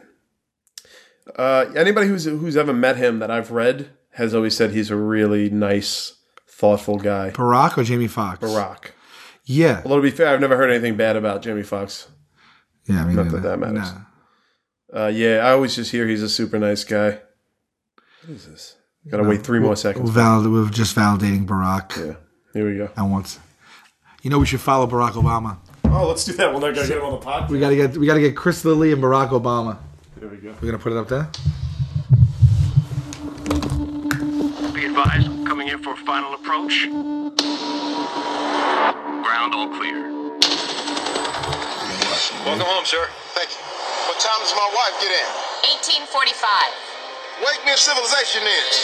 Speaker 1: Uh, anybody who's who's ever met him that I've read has always said he's a really nice, thoughtful guy.
Speaker 2: Barack or Jamie Fox?
Speaker 1: Barack.
Speaker 2: Yeah,
Speaker 1: Although to be fair, I've never heard anything bad about Jamie Foxx.
Speaker 2: yeah. I mean,
Speaker 1: Not that that matters. Uh, yeah, I always just hear he's a super nice guy. What is this? Gotta wait three more seconds.
Speaker 2: Valid, we're just validating Barack.
Speaker 1: Yeah. Here we go.
Speaker 2: I want. You know, we should follow Barack Obama.
Speaker 1: Oh, let's do that. We're not gonna get him on the pod.
Speaker 2: We gotta get we gotta get Chris Lilly and Barack Obama.
Speaker 1: Here we go.
Speaker 2: We're gonna put it up there.
Speaker 3: Be advised, I'm coming in for a final approach. Ground all clear.
Speaker 4: Welcome home, sir.
Speaker 5: Thank you. What time does my wife get in?
Speaker 6: 1845.
Speaker 5: Wake me if civilization ends.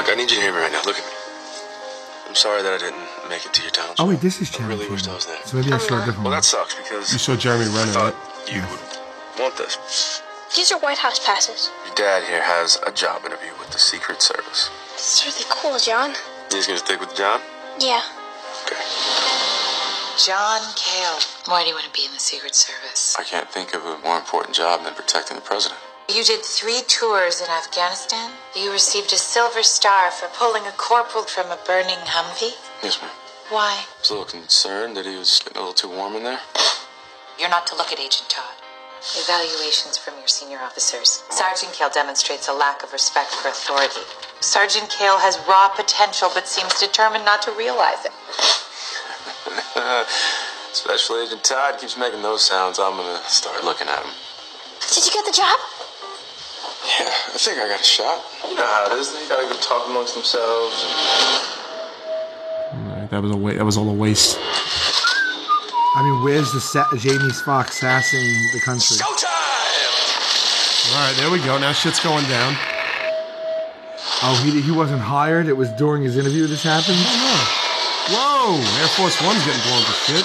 Speaker 4: Look, I need you to hear me right now. Look at me. I'm sorry that I didn't make it to your town.
Speaker 2: Oh wait, this is
Speaker 4: I
Speaker 2: Channel
Speaker 4: really wish
Speaker 2: 10.
Speaker 4: I was there.
Speaker 2: So maybe I saw a different
Speaker 4: Well,
Speaker 2: one.
Speaker 4: that sucks because
Speaker 1: You saw Jeremy
Speaker 4: I
Speaker 1: Renner.
Speaker 4: thought
Speaker 1: right?
Speaker 4: you would want this.
Speaker 6: These are White House passes.
Speaker 4: Your dad here has a job interview with the Secret Service.
Speaker 6: It's really cool, John.
Speaker 4: He's gonna stick with John.
Speaker 6: Yeah.
Speaker 4: Okay.
Speaker 7: John Cale.
Speaker 8: Why do you want to be in the Secret Service?
Speaker 4: I can't think of a more important job than protecting the president.
Speaker 8: You did three tours in Afghanistan. You received a Silver Star for pulling a corporal from a burning Humvee.
Speaker 4: Yes, ma'am.
Speaker 8: Why?
Speaker 4: I was a little concerned that he was getting a little too warm in there.
Speaker 8: You're not to look at Agent Todd. Evaluations from your senior officers. Sergeant Kale demonstrates a lack of respect for authority. Sergeant Kale has raw potential but seems determined not to realize it.
Speaker 4: Special Agent Todd keeps making those sounds. I'm gonna start looking at him.
Speaker 6: Did you get the job?
Speaker 4: Yeah, I think I got a shot. You know how it is. They gotta go talk amongst themselves.
Speaker 1: That was a wa- that was all a waste.
Speaker 2: I mean, where's the sa- Jamie Foxx sassing the country?
Speaker 4: Showtime!
Speaker 1: All right, there we go. Now shit's going down.
Speaker 2: Oh, he, he wasn't hired. It was during his interview this happened.
Speaker 1: Whoa! Air Force One's getting blown to shit.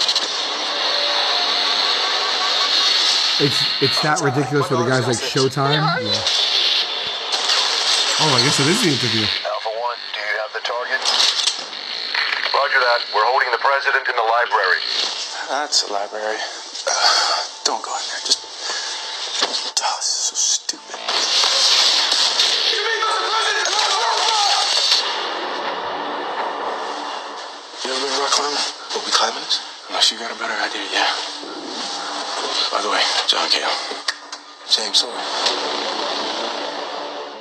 Speaker 2: It's it's that ridiculous where the guy's like Showtime.
Speaker 1: Oh, I guess it is the interview.
Speaker 5: Alpha One, do you have the target? Roger that. We're holding the president in the library.
Speaker 4: That's a library. [SIGHS] Uh, don't go in there. Just. Oh, this is so stupid. You ever been rock climbing? What, we climbing this? Unless you got a better idea, yeah. By the way, John Cale. James Sawyer.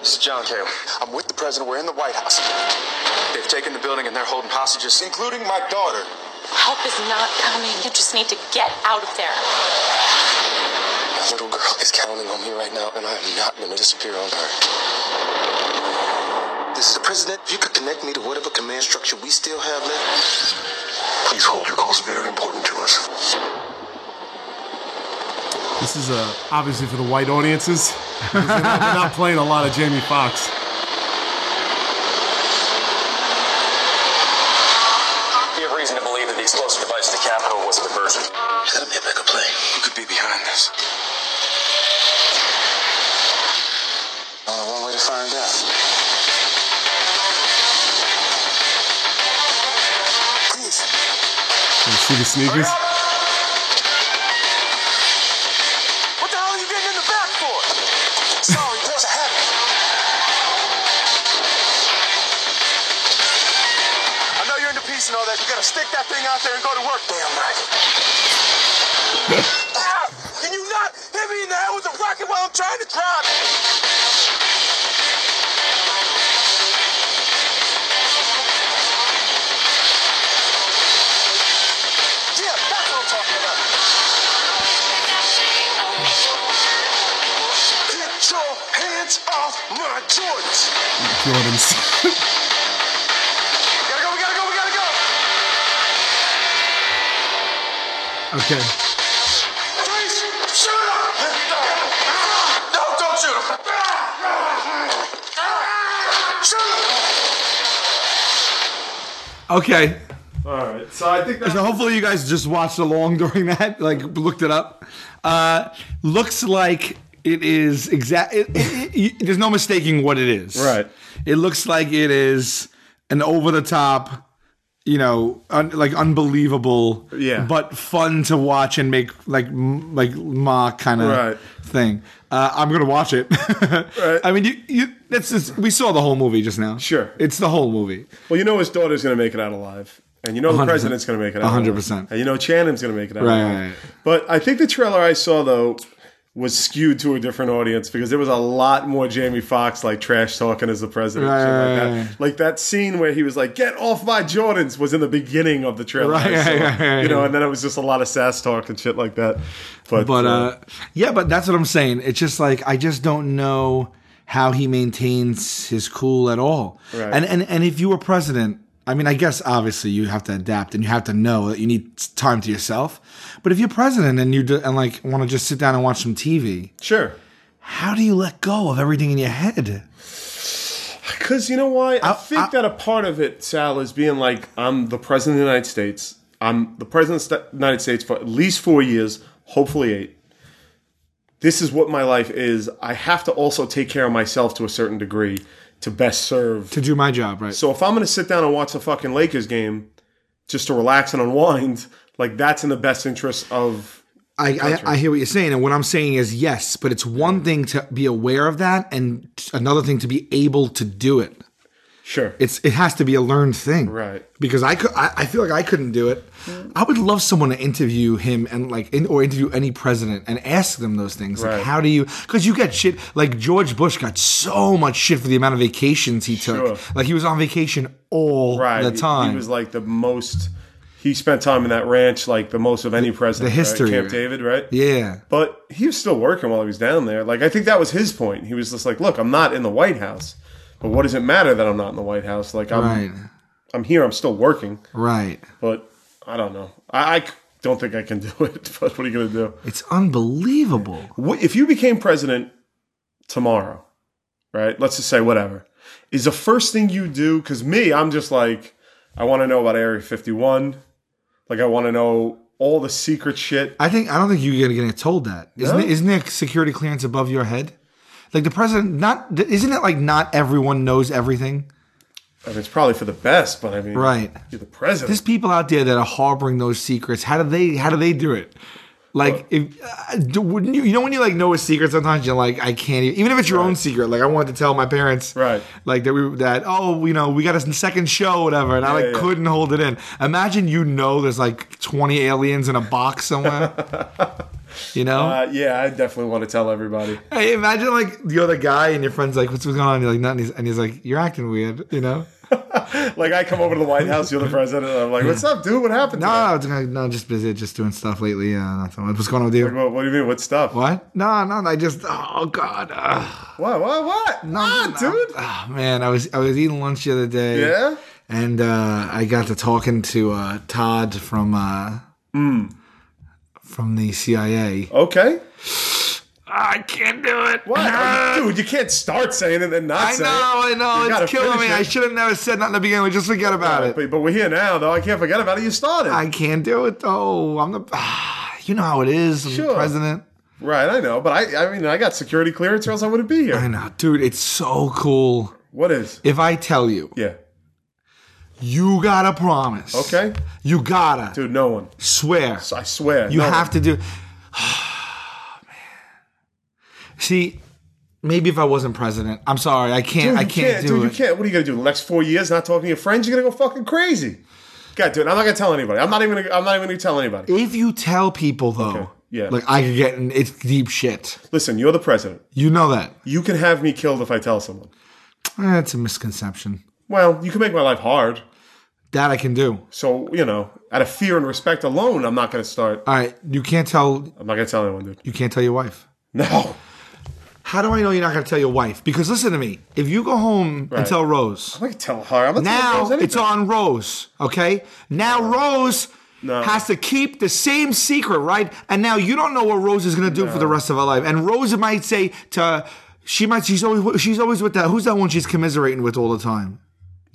Speaker 5: This is John Cale. I'm with the president. We're in the White House.
Speaker 4: They've taken the building and they're holding hostages.
Speaker 5: Including my daughter.
Speaker 6: Help is not coming. You just need to get out of there.
Speaker 4: My little girl is counting on me right now, and I am not gonna disappear on her.
Speaker 5: This is the president. If you could connect me to whatever command structure we still have left. Please hold. Your call's very important to us.
Speaker 1: This is uh, obviously for the white audiences. [LAUGHS] 'Cause They're not, they're not playing a lot of Jamie Foxx.
Speaker 9: We have reason to believe that the explosive device at the Capitol was a diversion.
Speaker 4: That'll be a bigger plane. You could be behind this.
Speaker 1: You see the sneakers?
Speaker 5: What the hell are you getting in the back for? Sorry, it was a habit. I know you're into peace and all that. You gotta stick that thing out there and go to work. Damn right. Ow! Can you not hit me in the head with a rocket while I'm trying to drive? Yeah, that's what I'm talking about. Get your hands off my Jordans.
Speaker 1: Jordans.
Speaker 5: Gotta go, we gotta go, we gotta go.
Speaker 2: Okay.
Speaker 5: Please, shoot him. No, don't shoot him. Shoot him.
Speaker 2: Okay.
Speaker 1: All right. So I think that's
Speaker 2: So hopefully you guys just watched along [LAUGHS] during that, like looked it up. Uh, looks like it is exact. It, it, it, there's no mistaking what it is.
Speaker 1: Right.
Speaker 2: It looks like it is an over the top, you know, un, like unbelievable,
Speaker 1: Yeah.
Speaker 2: but fun to watch and make like m- like ma kind of
Speaker 1: Right.
Speaker 2: thing. Uh, I'm gonna watch it. [LAUGHS] I mean, you you that's just we saw the whole movie just now.
Speaker 1: Sure.
Speaker 2: it's the whole movie.
Speaker 1: well. You know his daughter's gonna make it out alive, and you know the
Speaker 2: 100%.
Speaker 1: president's gonna make it out. alive.
Speaker 2: 100%.
Speaker 1: And you know Channon's gonna make it out.
Speaker 2: Right,
Speaker 1: alive.
Speaker 2: right, right.
Speaker 1: But I think the trailer I saw though was skewed to a different audience because there was a lot more Jamie Foxx like trash talking as the president.
Speaker 2: Right,
Speaker 1: shit like,
Speaker 2: right,
Speaker 1: that.
Speaker 2: right.
Speaker 1: like that scene where he was like, "Get off my Jordans" was in the beginning of the trailer. I
Speaker 2: Right,
Speaker 1: saw,
Speaker 2: right, right, right.
Speaker 1: you know, and then it was just a lot of sass talk and shit like that. But
Speaker 2: But uh, yeah, but that's what I'm saying. It's just like I just don't know how he maintains his cool at all.
Speaker 1: Right.
Speaker 2: And and and if you were president, I mean, I guess obviously you have to adapt and you have to know that you need time to yourself. But if you're president and you do, and like want to just sit down and watch some TV,
Speaker 1: sure.
Speaker 2: how do you let go of everything in your head?
Speaker 1: Because you know why? I,
Speaker 2: I-
Speaker 1: think
Speaker 2: I-
Speaker 1: that a part of it, Sal, is being like, I'm the president of the United States. I'm the president of the United States for at least four years, hopefully eight. This is what my life is. I have to also take care of myself to a certain degree to best serve.
Speaker 2: To do my job, right?
Speaker 1: So if I'm going to sit down and watch a fucking Lakers game just to relax and unwind, [LAUGHS] like that's in the best interest of.
Speaker 2: I, I, I hear what you're saying, and what I'm saying is yes, but it's one thing to be aware of that, and another thing to be able to do it.
Speaker 1: Sure.
Speaker 2: it's it has to be a learned thing
Speaker 1: Right.
Speaker 2: because i could I, I feel like i couldn't do it i would love someone to interview him and like in, or interview any president and ask them those things like
Speaker 1: Right.
Speaker 2: how do you because you get shit like george bush got so much shit for the amount of vacations he took
Speaker 1: Sure.
Speaker 2: like he was on vacation all
Speaker 1: right.
Speaker 2: the
Speaker 1: He-
Speaker 2: time
Speaker 1: He, was like the most. He spent time in that ranch like the most of any president. right?
Speaker 2: history,
Speaker 1: Camp
Speaker 2: right?
Speaker 1: David, right?
Speaker 2: yeah
Speaker 1: But he was still working while he was down there. Like I think that was his point. He was just like, "Look, I'm not in the White House, but what does it matter that I'm not in the White House? Like I'm,
Speaker 2: right
Speaker 1: I'm here. I'm still working,
Speaker 2: right
Speaker 1: but I don't know. I, I c- don't think I can [LAUGHS] do it. But what are you gonna do?
Speaker 2: it's unbelievable
Speaker 1: What, if you became president tomorrow, right? Let's just say whatever is the first thing you do. Because me, I'm just like, I want to know about Area 51. Like I want to know all the secret shit.
Speaker 2: I think I don't think you're gonna get told that. Isn't
Speaker 1: No?
Speaker 2: it, isn't there security clearance above your head? Like the president, not isn't it like not everyone knows everything?
Speaker 1: I mean, it's probably for the best, but I mean,
Speaker 2: Right.
Speaker 1: You're the president.
Speaker 2: There's people out there that are harboring those secrets. How do they? How do they do it? Like, if uh, do- wouldn't you? You know, when you like know a secret, sometimes you're like, I can't even. Even if it's your own secret, like I wanted to tell my parents,
Speaker 1: Right.
Speaker 2: Like that we that oh you know we got a second show whatever, and I like
Speaker 1: yeah.
Speaker 2: couldn't hold it in. Imagine you know there's like 20 aliens in a box
Speaker 1: [LAUGHS]
Speaker 2: somewhere. you know,
Speaker 1: Uh, yeah, I definitely want to tell everybody.
Speaker 2: Hey, imagine like you're the guy and your friend's like, "What's, what's going on?" You're like, "Nothing," He's- and he's like, "You're acting weird,"
Speaker 1: [LAUGHS]
Speaker 2: you know?
Speaker 1: Like, I come over to the White House, you're the president, and I'm like, "What's up, dude? What happened?"
Speaker 2: no, it's kinda- no, just busy, just doing stuff lately. Yeah, nothing. What's going on with you?
Speaker 1: What, what do you mean? What stuff?
Speaker 2: What? No, no, I just. Oh God. Uh,
Speaker 1: What? What? What?
Speaker 2: no,
Speaker 1: ah,
Speaker 2: no.
Speaker 1: dude.
Speaker 2: Oh, man, I was I was eating lunch the other day.
Speaker 1: Yeah?
Speaker 2: And uh, I got to talking to uh, Todd from uh,
Speaker 1: Mm.
Speaker 2: from the CIA.
Speaker 1: Okay.
Speaker 2: I can't do it.
Speaker 1: What? Are you- dude, you can't start saying it and not
Speaker 2: I
Speaker 1: saying
Speaker 2: know, I
Speaker 1: it. You
Speaker 2: know.
Speaker 1: gotta
Speaker 2: It's killing me.
Speaker 1: finish
Speaker 2: I
Speaker 1: it.
Speaker 2: should have never said nothing to begin with. Just forget about it.
Speaker 1: But, but we're here now, though. I can't forget about it. You started.
Speaker 2: I can't do it though. I'm the [SIGHS] you know how it is. I'm the
Speaker 1: Sure.
Speaker 2: president.
Speaker 1: right, I know. But I, I mean, I got security clearance, or else I wouldn't be here.
Speaker 2: I know, dude. It's so cool.
Speaker 1: What is?
Speaker 2: If I tell you,
Speaker 1: Yeah.
Speaker 2: You gotta promise.
Speaker 1: Okay.
Speaker 2: You gotta
Speaker 1: Dude, no one.
Speaker 2: swear.
Speaker 1: I swear.
Speaker 2: You
Speaker 1: no
Speaker 2: have
Speaker 1: one.
Speaker 2: to do. [SIGHS] Man. See, maybe if I wasn't president, I'm sorry, I can't.
Speaker 1: Dude,
Speaker 2: I
Speaker 1: you
Speaker 2: can't, do
Speaker 1: dude,
Speaker 2: it.
Speaker 1: you can't. What are you gonna do? The next four years, not talking to your friends, you're gonna go fucking crazy. God, dude, I'm not gonna tell anybody. I'm not even. Gonna, I'm not even gonna tell anybody.
Speaker 2: If you tell people though,
Speaker 1: Okay, yeah.
Speaker 2: like I could get in, it's deep shit.
Speaker 1: Listen, you're the president.
Speaker 2: You know that.
Speaker 1: You can have me killed if I tell someone.
Speaker 2: That's a misconception.
Speaker 1: Well, you can make my life hard.
Speaker 2: That I can do.
Speaker 1: So you know, out of fear and respect alone, I'm not gonna start.
Speaker 2: All right, you can't tell.
Speaker 1: I'm not gonna tell anyone, dude. [LAUGHS]
Speaker 2: You can't tell your wife.
Speaker 1: No,
Speaker 2: How do I know you're not going to tell your wife? Because listen to me. If you go home
Speaker 1: Right.
Speaker 2: and tell Rose,
Speaker 1: I'm not gonna tell her. I'm not
Speaker 2: now
Speaker 1: telling Rose
Speaker 2: it's
Speaker 1: anything.
Speaker 2: on Rose. Okay. Now Rose
Speaker 1: No.
Speaker 2: has to keep the same secret, right? And now you don't know what Rose is going to do for the rest of her life. And Rose might say to she might she's always she's always with that who's that one she's commiserating with all the time,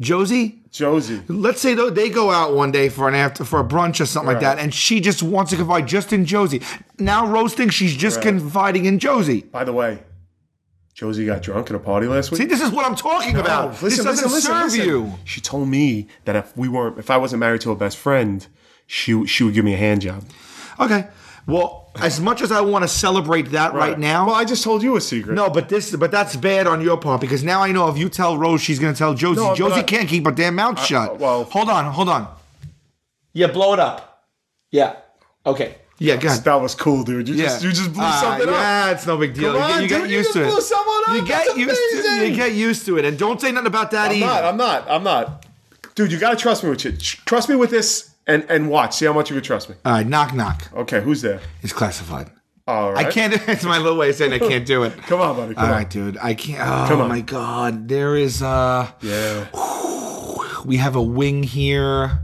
Speaker 2: Josie.
Speaker 1: Josie.
Speaker 2: Let's say though they go out one day for an after for a brunch or something like
Speaker 1: Right.
Speaker 2: that, and she just wants to confide just in Josie. Now Rose thinks she's just confiding in Josie.
Speaker 1: By the way, Josie got drunk at a party last week. Oh,
Speaker 2: See, this is what I'm talking
Speaker 1: No,
Speaker 2: about. this doesn't serve you.
Speaker 1: She told me that if we weren't, if I wasn't married to her best friend, she she would give me a hand job.
Speaker 2: Okay. Well, as much as I want to celebrate that right, now,
Speaker 1: well, I just told you a secret.
Speaker 2: no, but this, but that's bad on your part because now I know if you tell Rose, she's going to tell Josie.
Speaker 1: No, but
Speaker 2: Josie
Speaker 1: I- uh,
Speaker 2: can't keep her damn mouth shut.
Speaker 1: well-
Speaker 2: hold on, hold on. Yeah, blow it up. Yeah. Okay. Yeah, go ahead.
Speaker 1: that was cool, dude. You
Speaker 2: Yeah.
Speaker 1: just you just blew
Speaker 2: Ah,
Speaker 1: something
Speaker 2: yeah,
Speaker 1: up.
Speaker 2: it's no big deal.
Speaker 1: Come on,
Speaker 2: you get,
Speaker 1: dude,
Speaker 2: you get
Speaker 1: you
Speaker 2: used
Speaker 1: just
Speaker 2: to
Speaker 1: blew
Speaker 2: it.
Speaker 1: someone up.
Speaker 2: You get
Speaker 1: That's
Speaker 2: used to
Speaker 1: amazing.
Speaker 2: you get used to it, and don't say nothing about that
Speaker 1: I'm
Speaker 2: either.
Speaker 1: not. I'm not. I'm not. Dude, you gotta trust me with shit. Sh- Trust me with this, and and watch. See how much you can trust me.
Speaker 2: All right, knock knock.
Speaker 1: Okay, who's there?
Speaker 2: It's classified.
Speaker 1: All right.
Speaker 2: I can't. [LAUGHS] It's my little way of saying I can't do it.
Speaker 1: Come on, buddy. Come
Speaker 2: All
Speaker 1: on.
Speaker 2: right, dude. I can't. Oh
Speaker 1: Come on.
Speaker 2: my god, there is. uh
Speaker 1: Yeah.
Speaker 2: We have a wing here.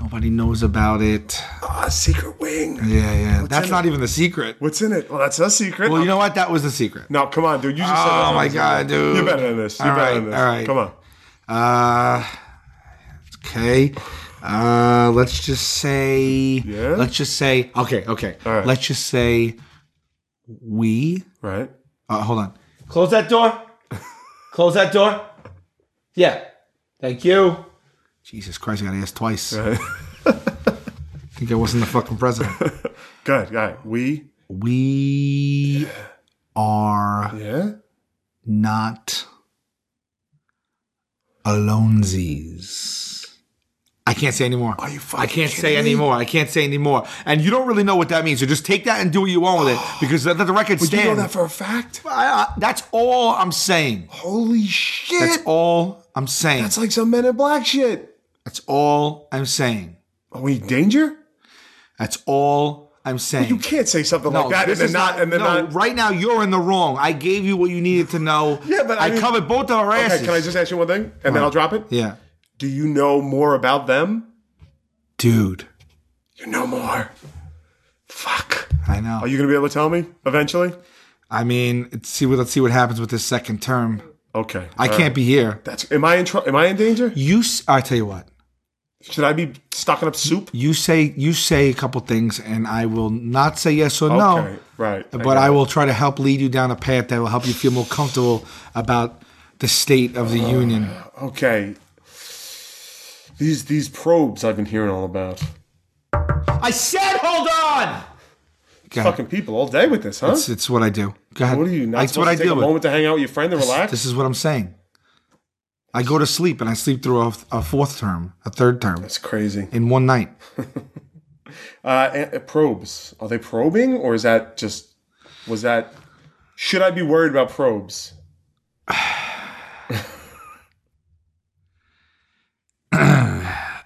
Speaker 2: Nobody knows about it.
Speaker 1: Ah, secret wing.
Speaker 2: Yeah, yeah. That's
Speaker 1: in
Speaker 2: not
Speaker 1: it?
Speaker 2: even the secret.
Speaker 1: What's in it? Well, that's a secret.
Speaker 2: Well, you know what? That was the secret.
Speaker 1: no, come on, dude. You just. said
Speaker 2: Oh
Speaker 1: that
Speaker 2: my
Speaker 1: was-
Speaker 2: god, dude.
Speaker 1: You're better than this. You're
Speaker 2: All
Speaker 1: better
Speaker 2: right,
Speaker 1: than this.
Speaker 2: all right.
Speaker 1: Come on.
Speaker 2: Uh, okay. Uh, let's just say.
Speaker 1: Yeah?
Speaker 2: Let's just say. Okay, okay.
Speaker 1: All right.
Speaker 2: Let's just say. We.
Speaker 1: Right.
Speaker 2: Uh, hold on. Close that door. Close that door. Yeah. Thank you. Jesus Christ, I got asked twice. I think [LAUGHS] I wasn't the fucking president.
Speaker 1: [LAUGHS] Good. All right. We.
Speaker 2: We are
Speaker 1: Yeah.
Speaker 2: not alonesies. I can't say anymore. Are
Speaker 1: you
Speaker 2: I
Speaker 1: fucking
Speaker 2: can't
Speaker 1: kidding
Speaker 2: say
Speaker 1: me?
Speaker 2: anymore. I can't say anymore. And you don't really know what that means. So just take that and do what you want
Speaker 1: [GASPS]
Speaker 2: with it because let the record
Speaker 1: But you
Speaker 2: stand.
Speaker 1: know that for a fact?
Speaker 2: I- I- that's all I'm saying.
Speaker 1: Holy shit.
Speaker 2: That's all I'm saying.
Speaker 1: That's like some Men in Black shit.
Speaker 2: That's all I'm saying.
Speaker 1: Are we in danger?
Speaker 2: That's all I'm saying.
Speaker 1: You can't say something like that and
Speaker 2: this
Speaker 1: then
Speaker 2: is
Speaker 1: not, and then
Speaker 2: no,
Speaker 1: not.
Speaker 2: Right now, you're in the wrong. I gave you what you needed to know.
Speaker 1: Yeah, but I mean-
Speaker 2: covered both of our asses.
Speaker 1: Okay, can I just ask you one thing and then I'll drop it?
Speaker 2: Yeah,
Speaker 1: Do you know more about them?
Speaker 2: dude.
Speaker 1: You know more. Fuck.
Speaker 2: I know.
Speaker 1: Are you going to be able to tell me eventually?
Speaker 2: I mean, let's see what let's see what happens with this second term.
Speaker 1: Okay.
Speaker 2: I can't be here.
Speaker 1: That's am I in tr- am I in danger?
Speaker 2: You. s- I tell you what.
Speaker 1: Should I be stocking up soup?
Speaker 2: You say you say a couple things, and I will not say yes or no.
Speaker 1: Okay, right.
Speaker 2: But I will try to help lead you down a path that will help you feel more comfortable about the state of the union.
Speaker 1: Okay. These these probes I've been hearing all about.
Speaker 2: I said, hold on.
Speaker 1: Fucking people all day with this, huh?
Speaker 2: It's, it's what I do. Go ahead.
Speaker 1: What are you? Not
Speaker 2: That's
Speaker 1: supposed to
Speaker 2: what I
Speaker 1: take a
Speaker 2: deal with.
Speaker 1: moment to hang out with your friend and relax.
Speaker 2: This is what I'm saying. I go to sleep and I sleep through a, a fourth term, a third term
Speaker 1: That's crazy.
Speaker 2: in one night.
Speaker 1: Uh, and- uh, probes. Are they probing, or is that just? Was that? Should I be worried about probes?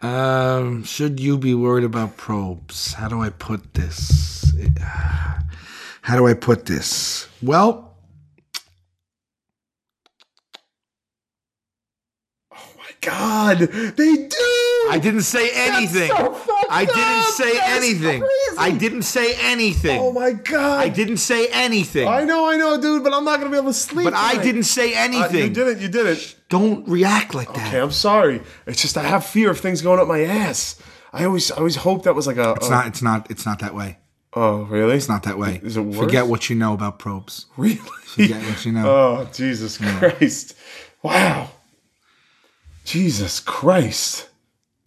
Speaker 2: Um, should you be worried about probes? How do I put this? How do I put this? Well,
Speaker 1: My God, they do.
Speaker 2: I didn't say anything.
Speaker 1: so fucked
Speaker 2: I didn't
Speaker 1: up.
Speaker 2: say
Speaker 1: That's
Speaker 2: anything.
Speaker 1: crazy.
Speaker 2: I didn't say anything.
Speaker 1: oh my God.
Speaker 2: I didn't say anything.
Speaker 1: I know, I know, dude, but I'm not gonna be able to sleep.
Speaker 2: but I
Speaker 1: tonight.
Speaker 2: didn't say
Speaker 1: Uh,
Speaker 2: anything.
Speaker 1: you did it. You did it.
Speaker 2: Don't react like that.
Speaker 1: Okay, I'm sorry. It's just I have fear of things going up my ass. I always, I always hope that was like a.
Speaker 2: It's not. It's not. It's not that way.
Speaker 1: Oh, really?
Speaker 2: It's not that way.
Speaker 1: Is it worse?
Speaker 2: Forget what you know about probes.
Speaker 1: [LAUGHS] Really?
Speaker 2: Forget what you know.
Speaker 1: Oh, Jesus Christ. Wow. Jesus Christ.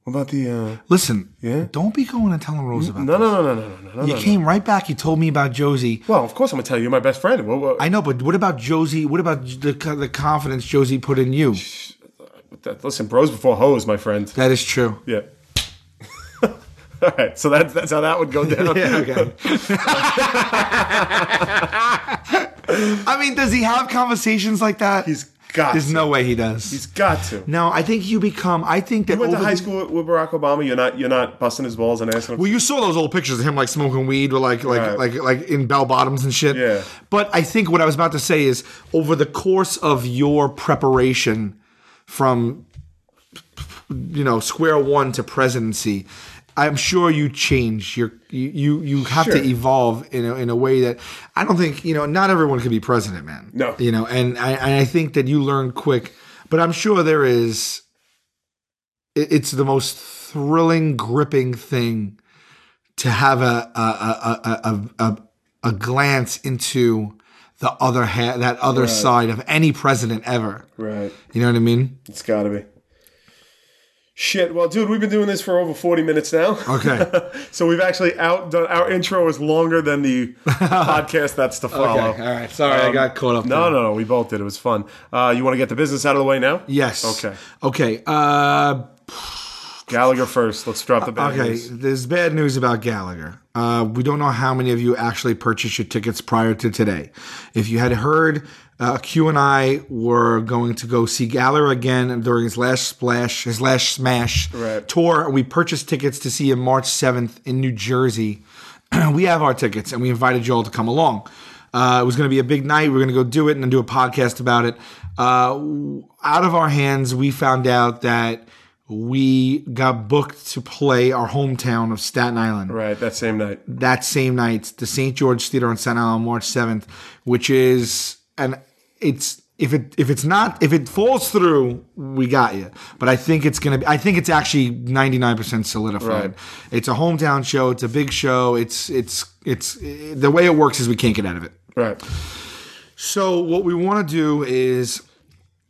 Speaker 1: What about the? Uh,
Speaker 2: Listen,
Speaker 1: Yeah?
Speaker 2: don't be going and telling Rose about
Speaker 1: no, no,
Speaker 2: this.
Speaker 1: no, no, no, no, no, no.
Speaker 2: You
Speaker 1: no.
Speaker 2: came right back. You told me about Josie.
Speaker 1: Well, of course I'm gonna tell you. You're my best friend. What? what
Speaker 2: I know, but what about Josie? What about the the confidence Josie put in you?
Speaker 1: uh, that, listen, bros before hoes, my
Speaker 2: [LAUGHS]
Speaker 1: friend.
Speaker 2: That is
Speaker 1: [LAUGHS]
Speaker 2: true.
Speaker 1: Yeah. All right, so that's that's how that would
Speaker 2: [LAUGHS]
Speaker 1: go down.
Speaker 2: Yeah. Okay. I mean, does he have conversations like that?
Speaker 1: He's got.
Speaker 2: There's
Speaker 1: to.
Speaker 2: no way he does.
Speaker 1: He's got to.
Speaker 2: no, I think you become. I think that
Speaker 1: You went to
Speaker 2: over
Speaker 1: high
Speaker 2: the-
Speaker 1: school with Barack Obama. You're not. You're not busting his balls and asking. Him,
Speaker 2: Well, you saw those old pictures of him like smoking weed, with like like
Speaker 1: Right.
Speaker 2: like like in bell bottoms and shit.
Speaker 1: Yeah.
Speaker 2: But I think what I was about to say is over the course of your preparation from you know square one to presidency, I'm sure you change your you you, you have
Speaker 1: Sure.
Speaker 2: to evolve in a, in a way that I don't think you know not everyone can be president, man.
Speaker 1: No.
Speaker 2: You know, and I and I think that you learn quick, but I'm sure there is. it- It's the most thrilling, gripping thing to have a a a a, a, a, a glance into the other ha- that other side of any president ever.
Speaker 1: right.
Speaker 2: You know what I mean?
Speaker 1: It's got to be. Shit. Well, dude, we've been doing this for over 40 minutes now.
Speaker 2: Okay.
Speaker 1: [LAUGHS] so we've actually outdone our intro is longer than
Speaker 2: [LAUGHS]
Speaker 1: the podcast that's to follow. Um,
Speaker 2: Okay. All right. Sorry, I got caught up.
Speaker 1: No,
Speaker 2: there.
Speaker 1: no, no. We both did. It was fun. Uh, you want to get the business out of the way now?
Speaker 2: Yes.
Speaker 1: Okay.
Speaker 2: Okay. Uh,
Speaker 1: Gallagher first. Let's drop the bad
Speaker 2: okay.
Speaker 1: news.
Speaker 2: There's bad news about Gallagher. Uh, we don't know how many of you actually purchased your tickets prior to today. If you had heard, uh, Q and I were going to go see Gallagher again during his last splash, his last smash
Speaker 1: Right.
Speaker 2: tour. We purchased tickets to see him March 7th in New Jersey. [CLEARS THROAT] we have our tickets, and we invited you all to come along. Uh, it was going to be a big night. We are going to go do it and then do a podcast about it. Uh, out of our hands, we found out that we got booked to play our hometown of Staten Island
Speaker 1: Right. That same night.
Speaker 2: that same night, the St. George Theater on Staten Island, March seventh, which is and it's if it if it's not if it falls through, we got you. But I think it's gonna be. I think it's actually ninety nine percent solidified.
Speaker 1: Right.
Speaker 2: It's a hometown show. It's a big show. It's it's it's the way it works is we can't get out of it.
Speaker 1: Right.
Speaker 2: So what we want to do is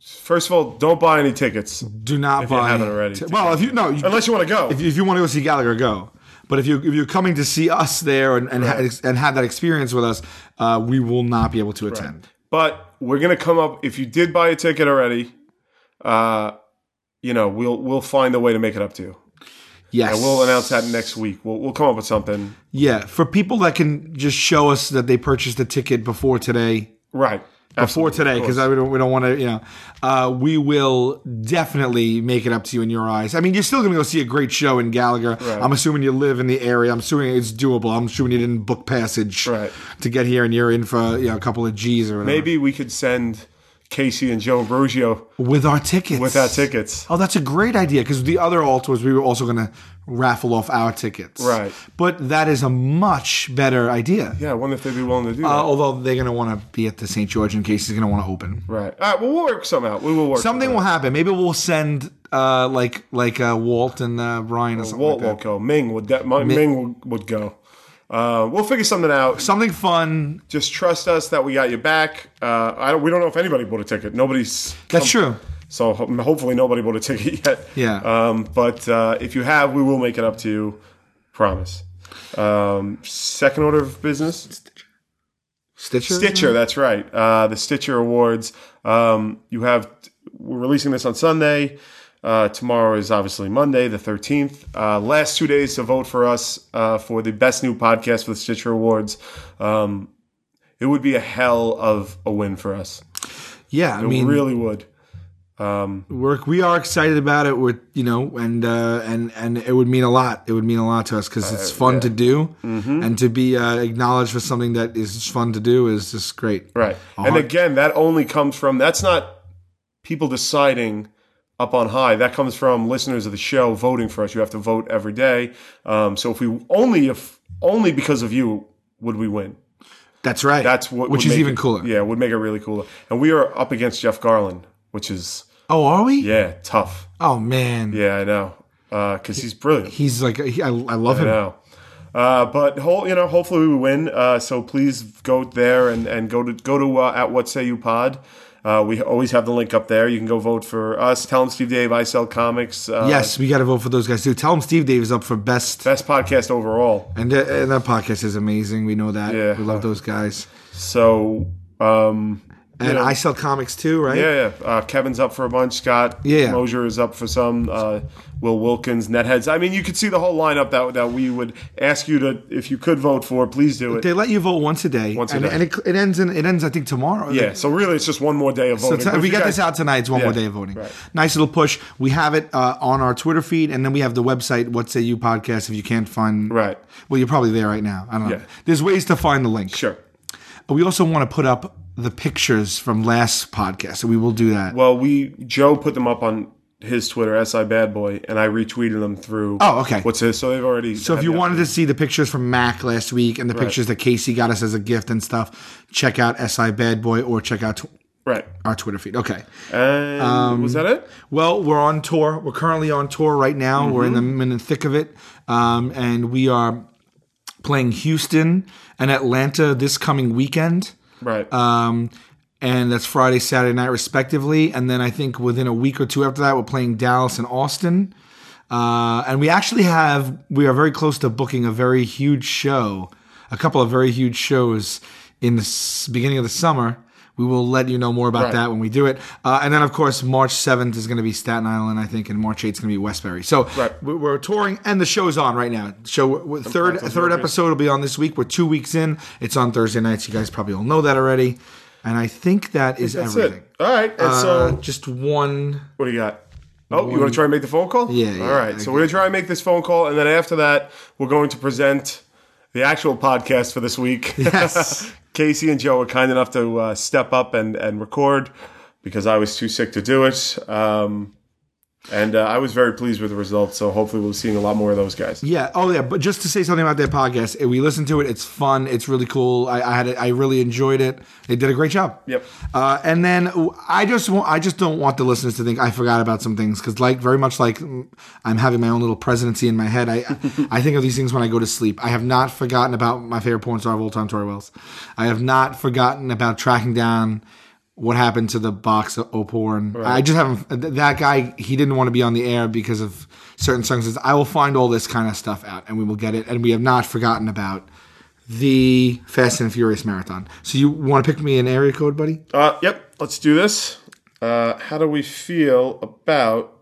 Speaker 1: First of all, don't buy any tickets
Speaker 2: do not
Speaker 1: If you
Speaker 2: buy.
Speaker 1: haven't already.
Speaker 2: t- well, if you no, you,
Speaker 1: unless you want to go.
Speaker 2: if, if you want to go see Gallagher, go. But if you if you're coming to see us there and and, ha- and have that experience with us, uh, we will not be able to attend.
Speaker 1: But we're gonna come up. If you did buy a ticket already, uh, you know we'll we'll find a way to make it up to you.
Speaker 2: Yes,
Speaker 1: And we'll announce that next week. We'll we'll come up with something.
Speaker 2: Yeah, for people that can just show us that they purchased a ticket before today,
Speaker 1: Right.
Speaker 2: before
Speaker 1: Absolutely.
Speaker 2: today, because we don't we don't want to, you know, uh, we will definitely make it up to you in your eyes. I mean, you're still going to go see a great show in Gallagher. I'm assuming you live in the area. I'm assuming it's doable. I'm assuming you didn't book passage
Speaker 1: Right.
Speaker 2: to get here, and you're in for you know, a couple of G's or whatever.
Speaker 1: Maybe we could send Casey and Joe Ambrosio
Speaker 2: with our tickets.
Speaker 1: with our tickets.
Speaker 2: Oh, that's a great idea because the other alt was we were also going to raffle off our tickets.
Speaker 1: Right.
Speaker 2: But that is a much better idea.
Speaker 1: Yeah, I wonder if they'd be willing to do that.
Speaker 2: Uh, although they're going to want to be at the St. George in case he's going to want to open.
Speaker 1: right. All right. Well, we'll work some out. We will work
Speaker 2: Something will
Speaker 1: happen.
Speaker 2: happen. Maybe we'll send uh, like like uh, Walt and uh, Ryan or something
Speaker 1: Walt
Speaker 2: like that.
Speaker 1: won't go. Ming would. De- my, Ming, would, would go. Uh, we'll figure something out.
Speaker 2: Something fun.
Speaker 1: Just trust us that we got your back. Uh, I don't, we don't know if anybody bought a ticket. Nobody's.
Speaker 2: That's true.
Speaker 1: So ho- hopefully nobody bought a ticket [LAUGHS] yet.
Speaker 2: Yeah.
Speaker 1: Um, but uh, if you have, we will make it up to you. Promise. Um, second order of business.
Speaker 2: Stitcher.
Speaker 1: Stitcher, that's right. Uh, the Stitcher Awards. Um, you have we're releasing this on Sunday. Uh, tomorrow is obviously Monday, the thirteenth. Uh, last two days to vote for us uh, for the best new podcast for the Stitcher Awards. Um, it would be a hell of a win for us.
Speaker 2: Yeah, I
Speaker 1: It
Speaker 2: mean,
Speaker 1: really would.
Speaker 2: we're, we are excited about it. We're you know, and uh, and and it would mean a lot. It would mean a lot to us because it's
Speaker 1: Uh,
Speaker 2: fun to do,
Speaker 1: Mm-hmm.
Speaker 2: and to be uh, acknowledged for something that is fun to do is just great.
Speaker 1: Right.
Speaker 2: Uh-huh.
Speaker 1: And again, that only comes from that's not people deciding up on high. That comes from listeners of the show voting for us. You have to vote every day. Um, so if we only if only because of you would we win.
Speaker 2: That's right.
Speaker 1: That's what
Speaker 2: which
Speaker 1: would
Speaker 2: is
Speaker 1: make
Speaker 2: even
Speaker 1: it-
Speaker 2: cooler.
Speaker 1: Yeah, would make it really cooler. And we are up against Jeff Garland, which is
Speaker 2: Oh, are we?
Speaker 1: yeah tough.
Speaker 2: Oh man,
Speaker 1: Yeah, I know because he's brilliant.
Speaker 2: he's like he, I, I love
Speaker 1: I
Speaker 2: him.
Speaker 1: know. Uh, but whole, you know, hopefully we win. Uh, so please go there and, and go to go to uh, at what say you pod Uh, we always have the link up there. You can go vote for us. Tell them Steve Dave, I sell comics. Uh,
Speaker 2: yes, we got to vote for those guys too. Tell them Steve Dave is up for best,
Speaker 1: Best podcast overall.
Speaker 2: and, th- and that podcast is amazing. We know that.
Speaker 1: Yeah.
Speaker 2: we love those guys.
Speaker 1: So, um,
Speaker 2: And I sell comics too, right?
Speaker 1: yeah, yeah. Uh, Kevin's up for a bunch. Scott
Speaker 2: Yeah.
Speaker 1: Mosier is up for some. Uh, Will Wilkins, Netheads. I mean, you could see the whole lineup that that we would ask you to, if you could vote for, please do it.
Speaker 2: They let you vote once a day.
Speaker 1: Once a
Speaker 2: and,
Speaker 1: day.
Speaker 2: And it, it ends. In, it ends. I think tomorrow.
Speaker 1: Yeah. So really, it's just one more day of
Speaker 2: So
Speaker 1: voting.
Speaker 2: t-
Speaker 1: But
Speaker 2: we
Speaker 1: you
Speaker 2: get
Speaker 1: guys-
Speaker 2: this out tonight. It's one
Speaker 1: Yeah,
Speaker 2: more day of voting.
Speaker 1: right.
Speaker 2: Nice little push. We have it uh, on our Twitter feed, and then we have the website. What say you podcast? If you can't find,
Speaker 1: Right.
Speaker 2: Well, you're probably there right now. I don't know.
Speaker 1: Yeah.
Speaker 2: There's ways to find the link.
Speaker 1: Sure.
Speaker 2: But we also want to put up the pictures from last podcast, so we will do that.
Speaker 1: Well, we Joe put them up on his Twitter, si bad boy, and I retweeted them through.
Speaker 2: Oh, okay.
Speaker 1: What's his? So they've already.
Speaker 2: so if you wanted to see the pictures from Mac last week and the pictures that Casey got us as a gift and stuff, check out SI Bad Boy or check out tw-
Speaker 1: right?
Speaker 2: our Twitter feed. Okay.
Speaker 1: And
Speaker 2: Um,
Speaker 1: was that it?
Speaker 2: Well, we're on tour. We're currently on tour right now. We're in the in the thick of it, um, and we are playing Houston and Atlanta this coming weekend,
Speaker 1: Right.
Speaker 2: um, and that's Friday, Saturday night respectively. And then I think within a week or two after that, we're playing Dallas and Austin. Uh, and we actually have we are very close to booking a very huge show, a couple of very huge shows in the s- beginning of the summer. We will let you know more about
Speaker 1: Right.
Speaker 2: that when we do it. Uh, and then, of course, March 7th is going to be Staten Island, I think, and March 8th is going to be Westbury. So
Speaker 1: Right.
Speaker 2: we- we're touring, and the show's on right now. Show we're- third
Speaker 1: plans on
Speaker 2: third
Speaker 1: March.
Speaker 2: episode will be on this week. We're two weeks in. It's on Thursday nights. You guys probably all know that already. And I think that is
Speaker 1: That's
Speaker 2: everything.
Speaker 1: it. All right. And
Speaker 2: Uh,
Speaker 1: so
Speaker 2: just one.
Speaker 1: What do you got? Oh, you want to try and make the phone call?
Speaker 2: Yeah, yeah,
Speaker 1: All right. So we're going to try and make this phone call. And then after that, we're going to present the actual podcast for this week.
Speaker 2: [LAUGHS] Yes.
Speaker 1: [LAUGHS] Casey and Joe were kind enough to uh, step up and, and record because I was too sick to do it. Um, and uh, I was very pleased with the results. So hopefully we'll be seeing a lot more of those guys.
Speaker 2: Yeah. Oh, yeah. But just to say something about their podcast, eh, we listened to it. It's fun. It's really cool. I, I had. It, I really enjoyed it. They did a great job.
Speaker 1: Yep.
Speaker 2: Uh, and then w- I just want. I just don't want the listeners to think I forgot about some things because, like, very much like mm, I'm having my own little presidency in my head. I I think of these things when I go to sleep. I have not forgotten about my favorite porn star of all time, Tori Wells. I have not forgotten about tracking down. What happened to the box of O porn? I just haven't. uh, th- That guy, he didn't want to be on the air because of certain circumstances. I will find all this kind of stuff out, and we will get it. And we have not forgotten about the Fast and Furious marathon. So you want to pick me an area code, buddy?
Speaker 1: Uh, yep. Let's do this. Uh, how do we feel about.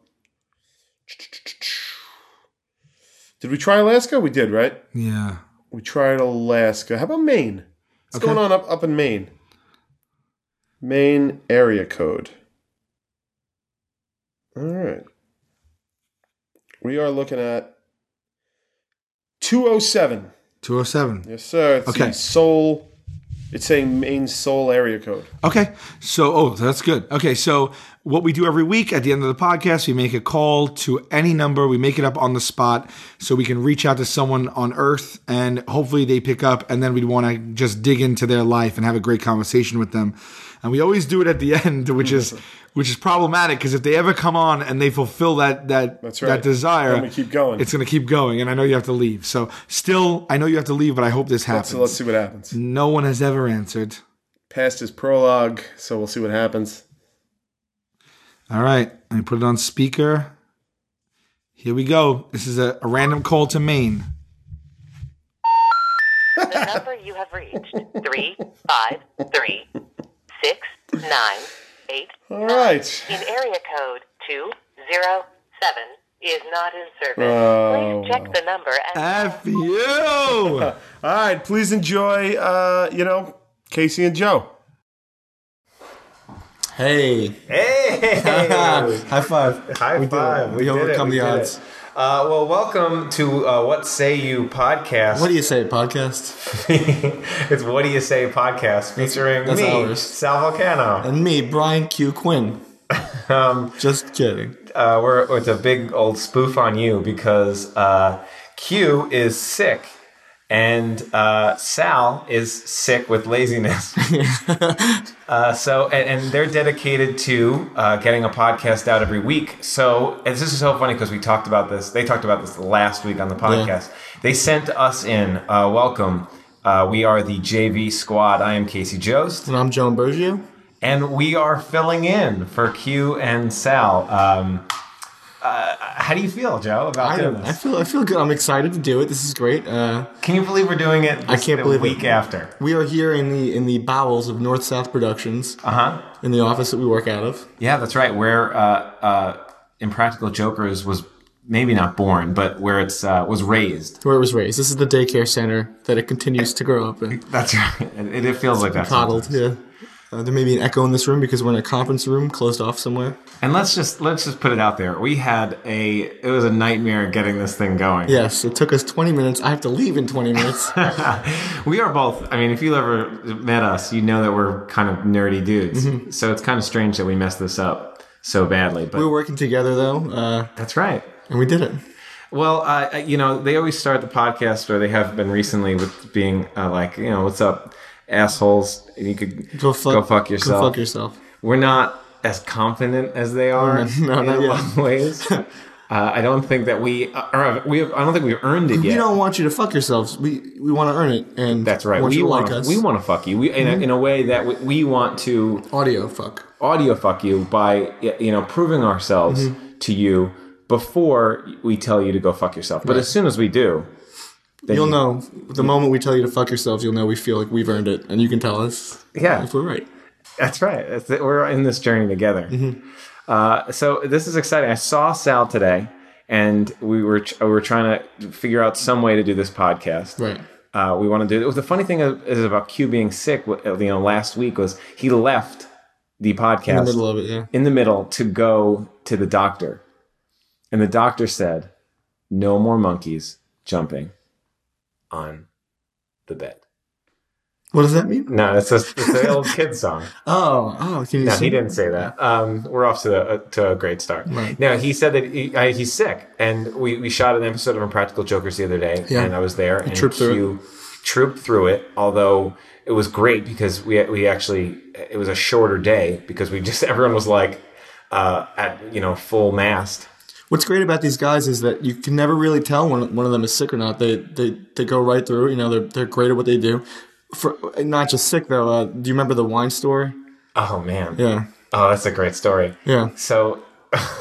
Speaker 1: Did we try Alaska? We did, right?
Speaker 2: Yeah.
Speaker 1: We tried Alaska. How about Maine? What's going on up, up in Maine? Maine area code. All right. We are looking at 207.
Speaker 2: 207.
Speaker 1: Yes, sir. It's
Speaker 2: Okay.
Speaker 1: okay. Seoul. It's saying Maine Seoul area code.
Speaker 2: Okay. So, oh, that's good. Okay. So, what we do every week at the end of the podcast, we make a call to any number. We make it up on the spot so we can reach out to someone on earth and hopefully they pick up. And then we'd want to just dig into their life and have a great conversation with them. And we always do it at the [LAUGHS] end,
Speaker 1: [LAUGHS]
Speaker 2: which is. Which is problematic because if they ever come on and they fulfill that that
Speaker 1: That's
Speaker 2: that
Speaker 1: right.
Speaker 2: desire,
Speaker 1: Then we keep going.
Speaker 2: It's going to keep going, and I know you have to leave. So still, I know you have to leave, but I hope this happens.
Speaker 1: So let's see what happens.
Speaker 2: No one has ever answered.
Speaker 1: Past is prologue, so we'll see what happens.
Speaker 2: All right, let me put it on speaker. Here we go. This is a, a random call to Maine.
Speaker 10: The number you have reached three five three six nine eight
Speaker 1: All right.
Speaker 10: in area code two zero seven is not in service.
Speaker 1: Oh,
Speaker 10: Please check the number and
Speaker 2: F you.
Speaker 1: All right. Please enjoy, uh, you know, Casey and Joe.
Speaker 2: Hey. Hey. [LAUGHS] High five.
Speaker 11: High
Speaker 2: we did it.
Speaker 11: five.
Speaker 2: We,
Speaker 11: did it.
Speaker 2: overcome
Speaker 11: We
Speaker 2: the
Speaker 11: did
Speaker 2: odds.
Speaker 11: it. Uh, well, welcome to uh, What Say You podcast.
Speaker 2: What do you say, podcast?
Speaker 11: [LAUGHS] it's What Do You Say podcast featuring
Speaker 2: that's
Speaker 11: me,
Speaker 2: ours.
Speaker 11: Sal Volcano.
Speaker 2: And me, Brian Q. Quinn.
Speaker 11: [LAUGHS] Um,
Speaker 2: Just kidding.
Speaker 11: uh, we're, it's a big old spoof on you because uh, Q is sick and uh, Sal is sick with laziness. Uh, so, and, and they're dedicated to uh, getting a podcast out every week. So, and this is so funny because we talked about this. They talked about this last week on the podcast. They sent us in. Uh, welcome. Uh, we are the JV squad. I am Casey Jost.
Speaker 2: And I'm John Bergio.
Speaker 11: and we are filling in for Q and Sal. Um, uh, how do you feel, Joe, about
Speaker 12: I
Speaker 11: doing
Speaker 12: don't.
Speaker 11: this?
Speaker 12: I feel. I feel good. I'm excited to do it. This is great. Uh,
Speaker 11: Can you believe we're doing it?
Speaker 12: I
Speaker 11: this-
Speaker 12: can't
Speaker 11: the
Speaker 12: believe
Speaker 11: week
Speaker 12: it.
Speaker 11: after.
Speaker 12: We are here in the in the bowels of North South Productions. Uh
Speaker 11: huh.
Speaker 12: In the office that we work out of.
Speaker 11: Yeah, that's right. Where uh, uh, Impractical Jokers was maybe not born, but where it's uh, was raised.
Speaker 12: Where it was raised. This is the daycare center that it continues to grow up in.
Speaker 11: [LAUGHS] That's right. It, it feels like that.
Speaker 12: Coddled. Yeah. Uh, there may be an echo in this room because we're in a conference room closed off somewhere.
Speaker 11: And let's just let's just put it out there. We had a it was a nightmare getting this thing going.
Speaker 12: Yes, it took us 20 minutes. I have to leave in 20 minutes.
Speaker 11: we are both. I mean, if you ever met us, you know that we're kind of nerdy dudes.
Speaker 12: Mhm.
Speaker 11: So it's kind of strange that we messed this up so badly. But
Speaker 12: we were working together though. Uh,
Speaker 11: That's right.
Speaker 12: And we did it.
Speaker 11: Well, uh, you know, they always start the podcast, or they have been recently, with being uh, like, you know, what's up, assholes? And you could
Speaker 12: Go fuck- go
Speaker 11: yourself.
Speaker 12: fuck yourself.
Speaker 11: We're not as confident as they are
Speaker 12: no,
Speaker 11: in
Speaker 12: not
Speaker 11: a
Speaker 12: yet.
Speaker 11: lot of
Speaker 12: [LAUGHS]
Speaker 11: ways. uh, I don't think that we are. We have, I don't think we've earned it
Speaker 12: We
Speaker 11: yet.
Speaker 12: don't want you to fuck yourselves. We we want to earn it, and
Speaker 11: That's right.
Speaker 12: Want
Speaker 11: We
Speaker 12: you to
Speaker 11: want
Speaker 12: like us.
Speaker 11: we want to fuck you. We in,
Speaker 12: Mhm.
Speaker 11: a, in a way that we, we want to
Speaker 12: audio fuck
Speaker 11: audio fuck you by y- you know proving ourselves
Speaker 12: Mm-hmm.
Speaker 11: to you before we tell you to go fuck yourself. But
Speaker 12: Right.
Speaker 11: as soon as we do, then
Speaker 12: You'll
Speaker 11: you-
Speaker 12: know the moment we tell you to fuck yourselves. You'll know we feel like we've earned it, and you can tell us.
Speaker 11: Yeah.
Speaker 12: if we're right. Mm-hmm.
Speaker 11: That's right. That's it. We're in this journey together. Uh, so this is exciting. I saw Sal today, and we were we were trying to figure out some way to do this podcast.
Speaker 12: Right.
Speaker 11: Uh, we want to do it. The funny thing is, is about Q being sick. wa- You know, last week was he left the podcast
Speaker 12: In the middle of it, yeah.
Speaker 11: in the middle to go to the doctor, and the doctor said, "No more monkeys jumping on the bed."
Speaker 12: [LAUGHS] What does that mean?
Speaker 11: No, it's a, it's an old kid song.
Speaker 12: Oh, oh, can you?
Speaker 11: No,
Speaker 12: sing?
Speaker 11: he didn't say that. Um, we're off to the, uh, to a great start.
Speaker 12: Right.
Speaker 11: No, he said that he, I, he's sick, and we, we shot an episode of Impractical Jokers the other day,
Speaker 12: Yeah.
Speaker 11: and I was there,
Speaker 12: I
Speaker 11: and
Speaker 12: trooped through
Speaker 11: Q trooped through it. Although it was great because we we actually it was a shorter day because we [LAUGHS] just everyone was like uh, at you know full mast.
Speaker 12: What's great about these guys is that you can never really tell when one of them is sick or not. They they, they go right through. it. You know, they're they're great at what they do. For not just sick though. Uh, do you remember the wine story?
Speaker 11: Oh man,
Speaker 12: Yeah.
Speaker 11: Oh, that's a great story.
Speaker 12: Yeah.
Speaker 11: So. [LAUGHS]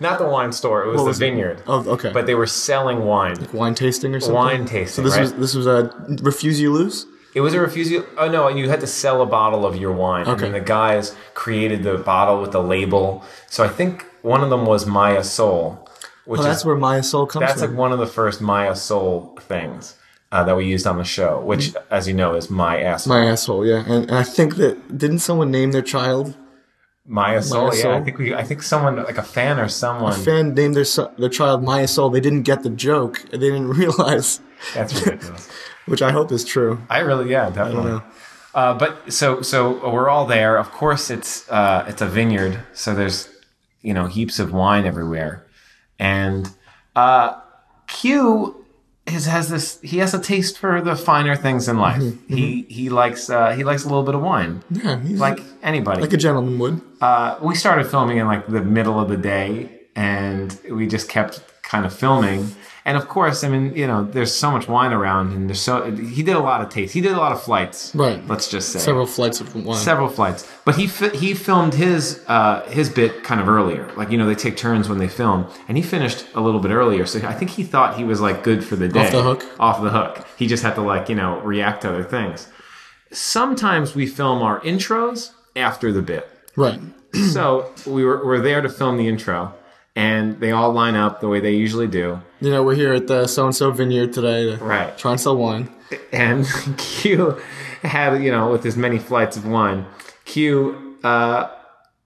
Speaker 11: not the wine store; it was
Speaker 12: What
Speaker 11: the
Speaker 12: was it?
Speaker 11: vineyard.
Speaker 12: Oh, okay.
Speaker 11: But they were selling wine.
Speaker 12: Wine tasting or something.
Speaker 11: Wine tasting,
Speaker 12: So this
Speaker 11: right?
Speaker 12: was this was a refuse you lose.
Speaker 11: It was a refusal. Oh no, you had to sell a bottle of your wine, and
Speaker 12: Okay.
Speaker 11: then the guys created the bottle with the label. So I think one of them was Maya Soul, which
Speaker 12: oh, that's
Speaker 11: is
Speaker 12: where Maya Soul comes
Speaker 11: that's
Speaker 12: from.
Speaker 11: like one of the first Maya Soul things uh, that we used on the show, which, as you know, is my ass.
Speaker 12: Mm-hmm. My asshole, yeah. And, and I think that didn't someone name their child?
Speaker 11: Maya Soul. Yeah, I
Speaker 12: Soul?
Speaker 11: think we. I think someone like a fan or
Speaker 12: A
Speaker 11: someone.
Speaker 12: fan named their so- their child Maya Soul. They didn't get the joke. They didn't [LAUGHS] realize, [LAUGHS]
Speaker 11: That's ridiculous.
Speaker 12: which I hope is true.
Speaker 11: I really, yeah, definitely.
Speaker 12: know.
Speaker 11: Uh, but so so we're all there. Of course, it's uh, it's a vineyard, so there's you know heaps of wine everywhere, and uh, Q has has this he has a taste for the finer things in life. He he likes uh, he likes a little bit of wine,
Speaker 12: Mm-hmm. Yeah, he's
Speaker 11: like anybody.
Speaker 12: like a gentleman would.
Speaker 11: Uh, we started filming in like the middle of the day, and we just kept kind of filming. And of course, I mean, you know, there's so much wine around, and there's so he did a lot of taste. He did a lot of flights,
Speaker 12: Right.
Speaker 11: Let's just say
Speaker 12: Several flights of wine.
Speaker 11: several flights. But he fi- he filmed his uh, his bit kind of earlier. Like you know, they take turns when they film, and he finished a little bit earlier. So I think he thought he was like good for the day,
Speaker 12: the hook?
Speaker 11: off the hook. He just had to like you know react to other things. Sometimes we film our intros after the bit
Speaker 12: Right.
Speaker 11: so we were, were there to film the intro and they all line up the way they usually do
Speaker 12: You know, we're here at the so and so vineyard today to
Speaker 11: Right.
Speaker 12: try and sell wine.
Speaker 11: and [LAUGHS] q had you know with his many flights of wine q uh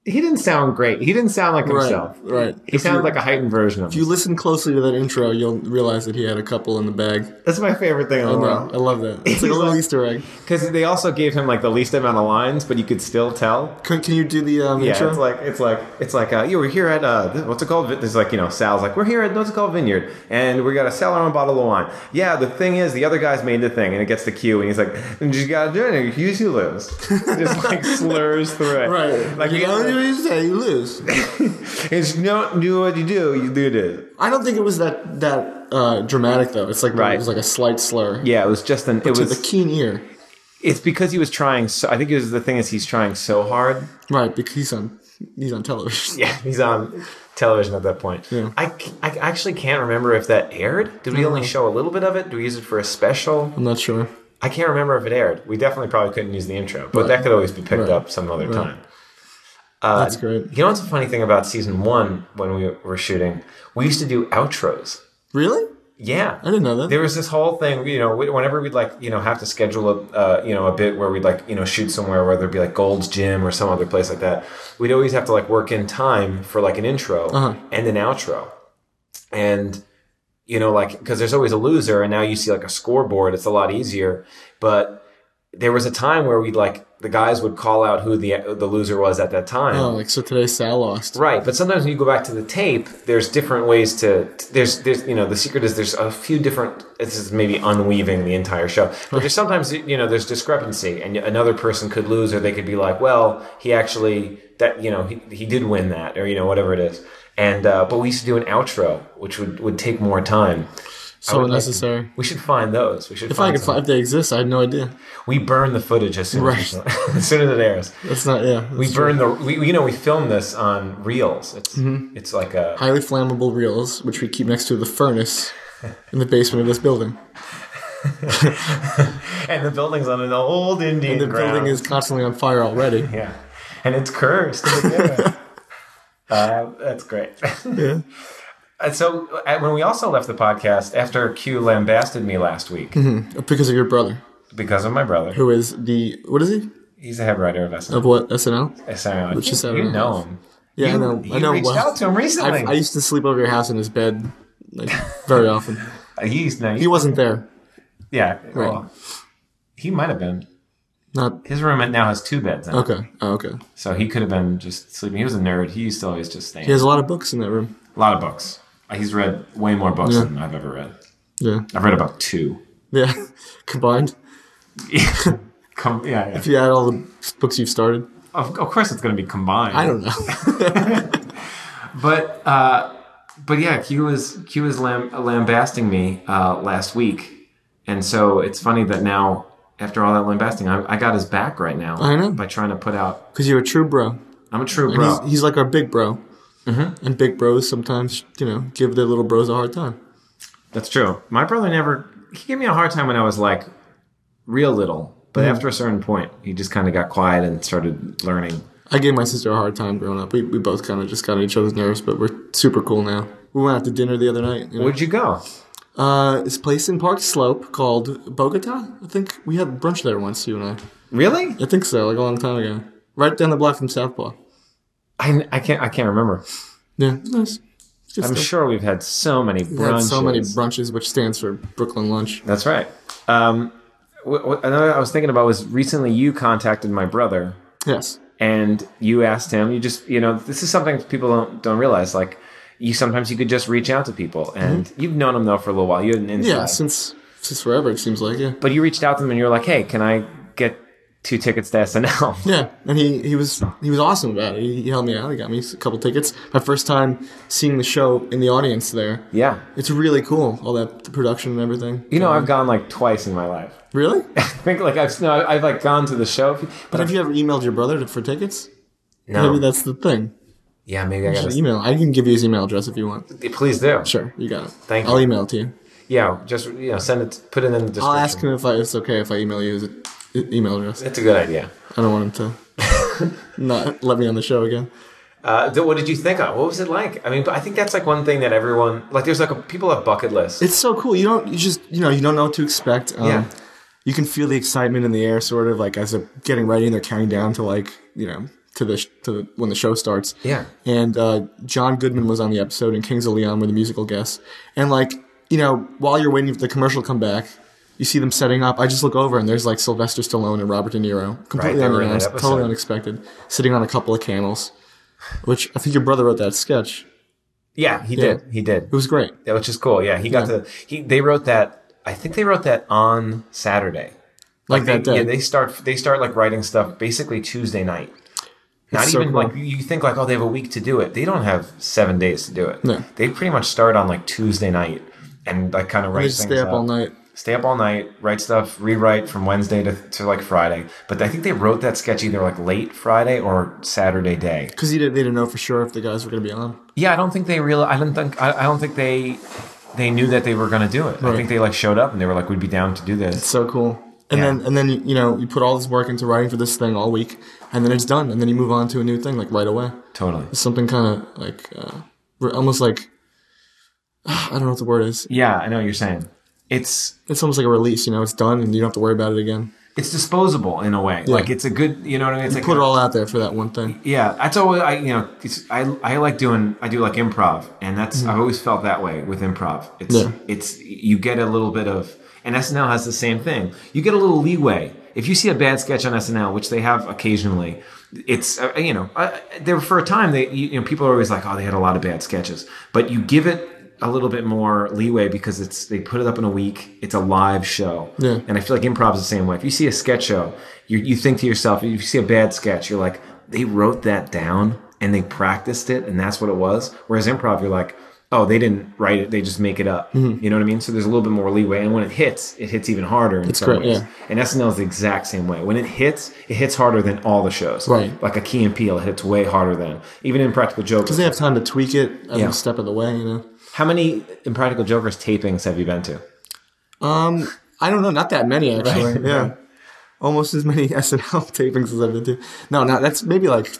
Speaker 11: he didn't sound great he didn't sound like
Speaker 12: Right,
Speaker 11: himself
Speaker 12: right.
Speaker 11: he
Speaker 12: If
Speaker 11: sounded
Speaker 12: you-
Speaker 11: like a heightened version of
Speaker 12: If you listen closely to that intro, you'll realize that he had a couple in the bag.
Speaker 11: that's my favorite thing in
Speaker 12: I
Speaker 11: the
Speaker 12: know.
Speaker 11: world
Speaker 12: I love that. It's like a little Easter egg.
Speaker 11: because they also gave him like the least amount of lines but you could still tell
Speaker 12: Can, can you do the um,
Speaker 11: Yeah,
Speaker 12: intro?
Speaker 11: it's like it's like it's like uh, you were here at uh, th- what's it called? There's like you know Sal's like we're here at what's it called Vineyard, and we got to sell our own bottle of wine. Yeah, the thing is, the other guys made the thing, and it gets the cue, and he's like, "You just gotta do it. You you lose." [LAUGHS] Just like slurs through it.
Speaker 12: right.
Speaker 11: Like
Speaker 12: you
Speaker 11: we-
Speaker 12: know what you say, you lose.
Speaker 11: [LAUGHS] it's you don't do what you do, you do this.
Speaker 12: I don't think it was that that uh, dramatic though. It's like
Speaker 11: Right.
Speaker 12: it was like a slight slur.
Speaker 11: Yeah, it was just an. It
Speaker 12: to
Speaker 11: was
Speaker 12: the keen ear.
Speaker 11: It's because he was trying. So, I think it was the thing is he's trying so hard.
Speaker 12: Right, because he's on he's on
Speaker 11: [LAUGHS]
Speaker 12: television.
Speaker 11: Yeah, he's on television at that point.
Speaker 12: Yeah.
Speaker 11: I, c- I actually can't remember if that aired. Did we only show a little bit of it? Do we use it for a special?
Speaker 12: I'm not sure.
Speaker 11: I can't remember if it aired. We definitely probably couldn't use the intro, but
Speaker 12: Right.
Speaker 11: that could always be picked
Speaker 12: Right.
Speaker 11: up some other
Speaker 12: Right.
Speaker 11: time. Uh,
Speaker 12: That's great.
Speaker 11: You know what's a funny thing about season one when we were shooting? We used to do outros.
Speaker 12: Really?
Speaker 11: Yeah,
Speaker 12: I didn't know that.
Speaker 11: There was this whole thing, you know, wh- whenever we'd like, you know, have to schedule a, uh, you know, a bit where we'd like, you know, shoot somewhere, whether it be like Gold's Gym or some other place like that, we'd always have to like work in time for like an intro
Speaker 12: Uh-huh.
Speaker 11: and an outro, and you know, like because there's always a loser, and now you see like a scoreboard, it's a lot easier. But there was a time where we'd like the guys would call out who the the loser was at that time,
Speaker 12: Oh, like so today Sal lost.
Speaker 11: Right, but sometimes when you go back to the tape, there's different ways to. There's, there's, you know, the secret is there's a few different. This is maybe unweaving the entire show, but there's sometimes you know there's discrepancy, and another person could lose, or they could be like, well, he actually that you know he, he did win that, or you know whatever it is. And uh, but we used to do an outro, which would would take more time. I
Speaker 12: So
Speaker 11: would like-
Speaker 12: unnecessary.
Speaker 11: we should find those. We should.
Speaker 12: if I could
Speaker 11: some.
Speaker 12: find if they exist, I had no idea.
Speaker 11: we burn the footage as soon as, as soon as it [LAUGHS]
Speaker 12: [LAUGHS]
Speaker 11: airs.
Speaker 12: That's not yeah. that's
Speaker 11: we
Speaker 12: true.
Speaker 11: burn the we, you know we film this on reels. It's
Speaker 12: Mhm.
Speaker 11: it's like a
Speaker 12: highly flammable reels, which we keep next to the furnace in the basement of this building.
Speaker 11: and the building's on an old Indian
Speaker 12: and the
Speaker 11: ground.
Speaker 12: building is constantly on fire already.
Speaker 11: yeah, and it's cursed. to begin with.
Speaker 12: [LAUGHS]
Speaker 11: uh, that's great.
Speaker 12: Yeah.
Speaker 11: [LAUGHS] And so uh, when we also left the podcast after Q lambasted me last week
Speaker 12: Mhm. Because of your brother,
Speaker 11: because of my brother,
Speaker 12: who is the what is he
Speaker 11: he's a head writer of SNL.
Speaker 12: of what SNL?
Speaker 11: SNL.
Speaker 12: Which is
Speaker 11: you,
Speaker 12: SNL.
Speaker 11: know him.
Speaker 12: Yeah, I
Speaker 11: You-
Speaker 12: know.
Speaker 11: You
Speaker 12: I know.
Speaker 11: reached
Speaker 12: well.
Speaker 11: out to him recently.
Speaker 12: I, I used to sleep over your house in his bed, like very
Speaker 11: [LAUGHS]
Speaker 12: often.
Speaker 11: Uh, he's no,
Speaker 12: He wasn't there.
Speaker 11: Yeah,
Speaker 12: Right.
Speaker 11: well, he might have been.
Speaker 12: Not
Speaker 11: His roommate now has two beds. In it.
Speaker 12: okay. Oh, okay.
Speaker 11: So he could have been just sleeping. He was a nerd. He used to always just stay.
Speaker 12: He has a lot of books in that room.
Speaker 11: a lot of books. Uh, He's read way more books
Speaker 12: Yeah.
Speaker 11: than I've ever read.
Speaker 12: Yeah.
Speaker 11: I've read about two.
Speaker 12: Yeah. [LAUGHS] Combined,
Speaker 11: Com- [LAUGHS] yeah, yeah.
Speaker 12: if you add all the books you've started,
Speaker 11: Of, of course, it's going to be combined.
Speaker 12: I don't know.
Speaker 11: [LAUGHS] But uh, but yeah, Q was Q was lam- lambasting me uh, last week, and so it's funny that now after all that lambasting, I, I got his back right now.
Speaker 12: I know.
Speaker 11: by trying to put out.
Speaker 12: Because you're a true bro.
Speaker 11: I'm a true
Speaker 12: And
Speaker 11: bro.
Speaker 12: He's, he's like our big bro. Mm-hmm. And big bros sometimes, you know, give their little bros a hard time.
Speaker 11: That's true. My brother never. He gave me a hard time when I was like real little, but
Speaker 12: Mhm.
Speaker 11: after a certain point, he just kind of got quiet and started learning.
Speaker 12: I gave my sister a hard time growing up. We, we both kind of just got on each other's nerves, but we're super cool now. We went out to dinner the other night. You know.
Speaker 11: Where'd you go?
Speaker 12: Uh, this place in Park [LAUGHS] Slope called Bogota. I think we had brunch there once, you and
Speaker 11: Really?
Speaker 12: I. I think so, like a long time ago. Right down the block from Southpaw.
Speaker 11: I, I can't I can't remember.
Speaker 12: Yeah, it's nice. It's good
Speaker 11: I'm
Speaker 12: stuff.
Speaker 11: sure we've had so many
Speaker 12: We had
Speaker 11: brunches.
Speaker 12: so many brunches, which stands for Brooklyn Lunch.
Speaker 11: That's right. Um, wh- wh- another I was thinking about was recently you contacted my brother
Speaker 12: Yes.
Speaker 11: and you asked him. You just you know this is something people don't don't realize. Like you sometimes you could just reach out to people, and you've known him though for a little while. You had an inside.
Speaker 12: Mm-hmm. Yeah, since since forever, it seems like, yeah.
Speaker 11: But you reached out to them and you were like, "Hey, can I get two tickets to
Speaker 12: [LAUGHS]
Speaker 11: SNL?"
Speaker 12: Yeah, and he, he was he was awesome about it. He, he helped me out. He got me a couple tickets. My first time seeing the show in the audience there.
Speaker 11: yeah.
Speaker 12: It's really cool. All that the production and everything.
Speaker 11: You know, I've gone like twice in my life.
Speaker 1: [LAUGHS]
Speaker 12: Really?
Speaker 11: I think like I've no, I've like gone to the show,
Speaker 12: But
Speaker 11: but
Speaker 12: have
Speaker 11: I've,
Speaker 12: you ever emailed your brother to, for tickets?
Speaker 11: no.
Speaker 12: Maybe that's the thing.
Speaker 11: yeah, maybe I
Speaker 12: You
Speaker 11: got
Speaker 12: should
Speaker 11: to
Speaker 12: email. I can give you his email address if you want.
Speaker 11: Please do.
Speaker 12: Sure, you got it.
Speaker 11: Thank
Speaker 12: I'll
Speaker 11: you.
Speaker 12: email it to you.
Speaker 11: Yeah, just you know, send it. Put it in the description.
Speaker 12: I'll ask him if I, it's okay if I email you his e- email address.
Speaker 11: That's a good idea.
Speaker 12: I don't want him to [LAUGHS] not let me on the show again.
Speaker 11: Uh, th- what did you think of? What was it like? I mean, I think that's like one thing that everyone like. There's like a, people have bucket lists.
Speaker 12: It's so cool. You don't. You just. You know. You don't know what to expect. Um,
Speaker 11: Yeah.
Speaker 12: You can feel the excitement in the air, sort of like as they're getting ready and they're counting down to like you know to the sh- to the, when the show starts.
Speaker 11: Yeah.
Speaker 12: And uh, John Goodman was on the episode, and Kings of Leon were the musical guests. And like you know, while you're waiting for the commercial to come back, you see them setting up. I just look over and there's like Sylvester Stallone and Robert De Niro, completely
Speaker 11: they were in that
Speaker 12: unannounced,
Speaker 11: episode.
Speaker 12: totally unexpected, sitting on a couple of camels. Which I think your brother wrote that sketch.
Speaker 11: Yeah, he
Speaker 12: Yeah.
Speaker 11: did. He did.
Speaker 12: It was great.
Speaker 11: Yeah, which is cool. Yeah, he got
Speaker 12: Yeah.
Speaker 11: the. He they wrote that. I think they wrote that on Saturday.
Speaker 12: Like, that
Speaker 11: they,
Speaker 12: day.
Speaker 11: Yeah, they start they start like writing stuff basically Tuesday night. Not
Speaker 12: It's so
Speaker 11: even
Speaker 12: cool.
Speaker 11: like you think like oh they have a week to do it. They don't have seven days to do it.
Speaker 12: No.
Speaker 11: They pretty much start on like Tuesday night and like kind of
Speaker 12: They
Speaker 11: write
Speaker 12: just
Speaker 11: things
Speaker 12: stay up
Speaker 11: up.
Speaker 12: all night.
Speaker 11: stay up all night, write stuff, rewrite from Wednesday to, to like Friday. But I think they wrote that sketch either like late Friday or Saturday day.
Speaker 12: Because they didn't know for sure if the guys were going to be on.
Speaker 11: Yeah, I don't think they real. I don't think I, I don't think they they knew that they were going to do it. I think they like showed up and they were like, "We'd be down to do this."
Speaker 12: It's so cool. And
Speaker 11: Yeah.
Speaker 12: then and then you know you put all this work into writing for this thing all week, and then it's done, and then you move on to a new thing like right away.
Speaker 11: Totally.
Speaker 12: It's something kind of like uh, re- almost like [SIGHS] I don't know what the word is.
Speaker 11: Yeah, I know what you're saying. It's
Speaker 12: it's almost like a release. You know, it's done, and you don't have to worry about it again.
Speaker 11: It's disposable in a way.
Speaker 12: Yeah.
Speaker 11: Like it's a good, you know what I mean? It's
Speaker 12: you
Speaker 11: like
Speaker 12: put
Speaker 11: a-
Speaker 12: it all out there for that one thing.
Speaker 11: Yeah, that's always I you know it's, I I like doing I do like improv and that's
Speaker 12: Mhm.
Speaker 11: I've always felt that way with improv. It's
Speaker 12: Yeah.
Speaker 11: it's you get a little bit of and SNL has the same thing. You get a little leeway if you see a bad sketch on SNL, which they have occasionally. It's uh, you know uh, there for a time they you, you know people are always like oh they had a lot of bad sketches, but you give it a little bit more leeway because it's they put it up in a week. It's a live show.
Speaker 12: Yeah.
Speaker 11: And I feel like improv is the same way. If you see a sketch show, you, you think to yourself, if you see a bad sketch, you're like, they wrote that down and they practiced it and that's what it was. Whereas improv, you're like, oh, they didn't write it, they just make it up.
Speaker 12: Mhm.
Speaker 11: You know what I mean? So there's a little bit more leeway. And when it hits, it hits even harder in
Speaker 12: It's
Speaker 11: some
Speaker 12: great,
Speaker 11: ways.
Speaker 12: yeah.
Speaker 11: And SNL is the exact same way. When it hits, it hits harder than all the shows.
Speaker 12: Right.
Speaker 11: Like a Key and Peele, it hits way harder than. Even Impractical Jokers.
Speaker 12: Because they have time to tweak it every
Speaker 11: Yeah.
Speaker 12: step of the way. You know.
Speaker 11: How many Impractical Jokers tapings have you been to?
Speaker 12: Um, I don't know, not that many actually.
Speaker 11: [LAUGHS] Right.
Speaker 12: Yeah, almost as many [LAUGHS] SNL tapings as I've been to. No, not that's maybe like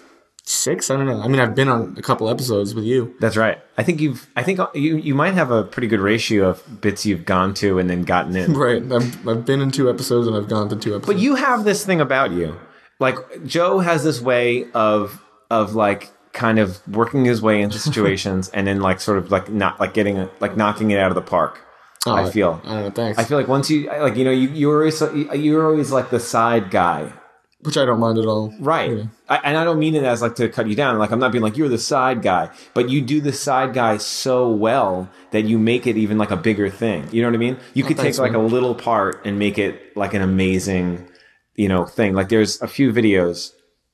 Speaker 12: six. I don't know. I mean, I've been on a couple episodes with you.
Speaker 11: That's right. I think you've. I think you you might have a pretty good ratio of bits you've gone to and then gotten
Speaker 12: [LAUGHS]
Speaker 11: in.
Speaker 12: Right. I've, I've been in two episodes and I've gone to two episodes.
Speaker 11: But you have this thing about you. Like Joe has this way of of like kind of working his way into
Speaker 12: [LAUGHS]
Speaker 11: situations and then like sort of like not like getting it like knocking it out of the park.
Speaker 12: Oh,
Speaker 11: I feel.
Speaker 12: I don't know. Thanks.
Speaker 11: I feel like once you like you know you you're always you're always like the side guy.
Speaker 12: Which I don't mind at all.
Speaker 11: Right. I, and I don't mean it as like to cut you down. Like I'm not being like you're the side guy, but you do the side guy so well that you make it even like a bigger thing. You know what I mean? You
Speaker 12: Oh,
Speaker 11: could
Speaker 12: thanks,
Speaker 11: take like
Speaker 12: man.
Speaker 11: a little part and make it like an amazing, you know, thing. Like there's a few videos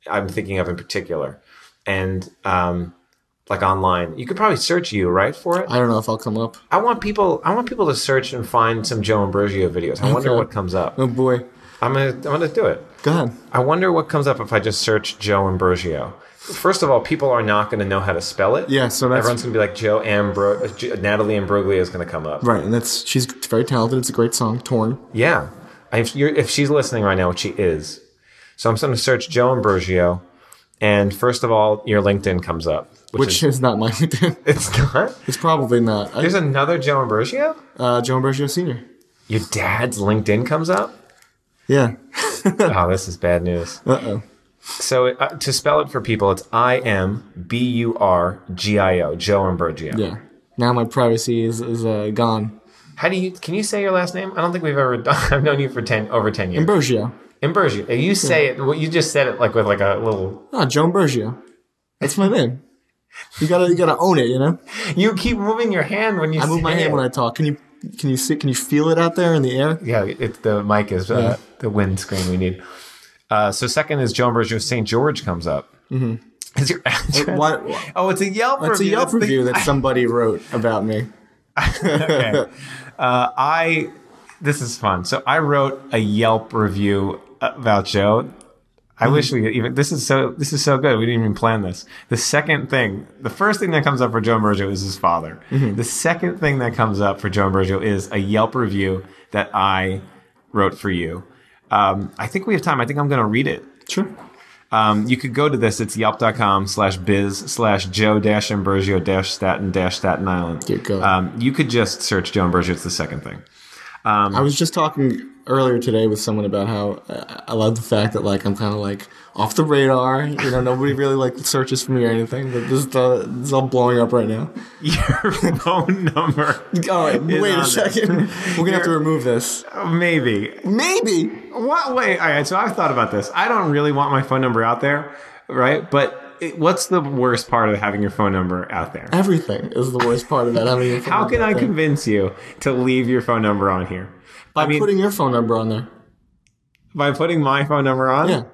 Speaker 11: I'm thinking of in particular, and um, like online, you could probably search you right for it.
Speaker 12: I don't know if I'll come up.
Speaker 11: I want people. I want people to search and find some Joe Ambrosio videos. I wonder
Speaker 12: Okay.
Speaker 11: what comes up.
Speaker 12: Oh boy.
Speaker 11: I'm gonna I'm gonna do it.
Speaker 12: Go ahead.
Speaker 11: I wonder what comes up if I just search Joe Ambrosio. First of all, people are not going to know how to spell it.
Speaker 12: Yeah, so that's-
Speaker 11: everyone's going to be like Joe Ambro. J- Natalie Ambroglia is going to come up.
Speaker 12: Right, and that's she's very talented. It's a great song, Torn.
Speaker 11: Yeah, if, you're, if she's listening right now, which she is, so I'm going to search Joe Ambrosio, and first of all, your LinkedIn comes up,
Speaker 12: Which, is, not my [LAUGHS] LinkedIn.
Speaker 11: It's not.
Speaker 12: It's probably not. I-
Speaker 11: There's another Joe Ambrosio.
Speaker 12: uh, Joe Ambrosio Senior.
Speaker 11: Your dad's LinkedIn comes up.
Speaker 12: [LAUGHS] Yeah.
Speaker 11: oh, this is bad news.
Speaker 12: Uh oh.
Speaker 11: So uh, to spell it for people, it's I M B U R G I O, Joe Ambrogio.
Speaker 12: Yeah. Now my privacy is is uh, gone.
Speaker 11: How do you? Can you say your last name? I don't think we've ever. [LAUGHS] Done, I've known you for ten over ten years.
Speaker 12: Ambrosio.
Speaker 11: Ambrosio. You say it. Well, you just said it like with like a little.
Speaker 12: Ah, Joan Bergio. That's my name. You gotta, you gotta own it. You know.
Speaker 11: You keep moving your hand when you.
Speaker 12: I move my
Speaker 11: say
Speaker 12: hand
Speaker 11: it.
Speaker 12: when I talk. Can you, can you see? Can you feel it out there in the air?
Speaker 11: Yeah, it's the mic is
Speaker 12: Yeah.
Speaker 11: uh, the windscreen we need. Uh, so second is Joe Ambrosio. St. George comes up.
Speaker 12: Mhm.
Speaker 11: Is your [LAUGHS] address?
Speaker 12: Why-
Speaker 11: Oh, it's a Yelp
Speaker 12: That's a
Speaker 11: review.
Speaker 12: Yelp
Speaker 11: That's the-
Speaker 12: review that somebody wrote about me.
Speaker 11: okay. [LAUGHS] Uh, I this is fun. So I wrote a Yelp review about Joe. I wish we could even. This is so. This is so good. We didn't even plan this. The second thing, the first thing that comes up for Joe Bergio is his father.
Speaker 12: Mhm.
Speaker 11: The second thing that comes up for Joe Bergio is a Yelp review that I wrote for you. Um, I think we have time. I think I'm going to read it.
Speaker 12: Sure.
Speaker 11: Um, you could go to this. It's yelp.com slash biz slash Joe dash Ambrosio dash Staten dash Staten Island. Um, you could just search Joe Ambrosio. It's the second thing. Um,
Speaker 12: I was just talking earlier today with someone about how uh, I, I love the fact that like I'm kind of like off the radar. You know, nobody really like searches for me or anything. But this is the this is all blowing up right now.
Speaker 11: Your [LAUGHS] phone number.
Speaker 12: All right,
Speaker 11: is
Speaker 12: wait
Speaker 11: on there.
Speaker 12: a second. We're gonna have to
Speaker 11: Your-
Speaker 12: remove this.
Speaker 11: Oh, Maybe.
Speaker 12: Maybe.
Speaker 11: What? Wait. All right. So I've thought about this. I don't really want my phone number out there, right? But it, what's the worst part of having your phone number out there?
Speaker 12: Everything is the worst part of that. I mean,
Speaker 11: How can I convince you to leave your phone number on here?
Speaker 12: by putting your phone number on there?
Speaker 11: By putting my phone number on?
Speaker 12: Yeah.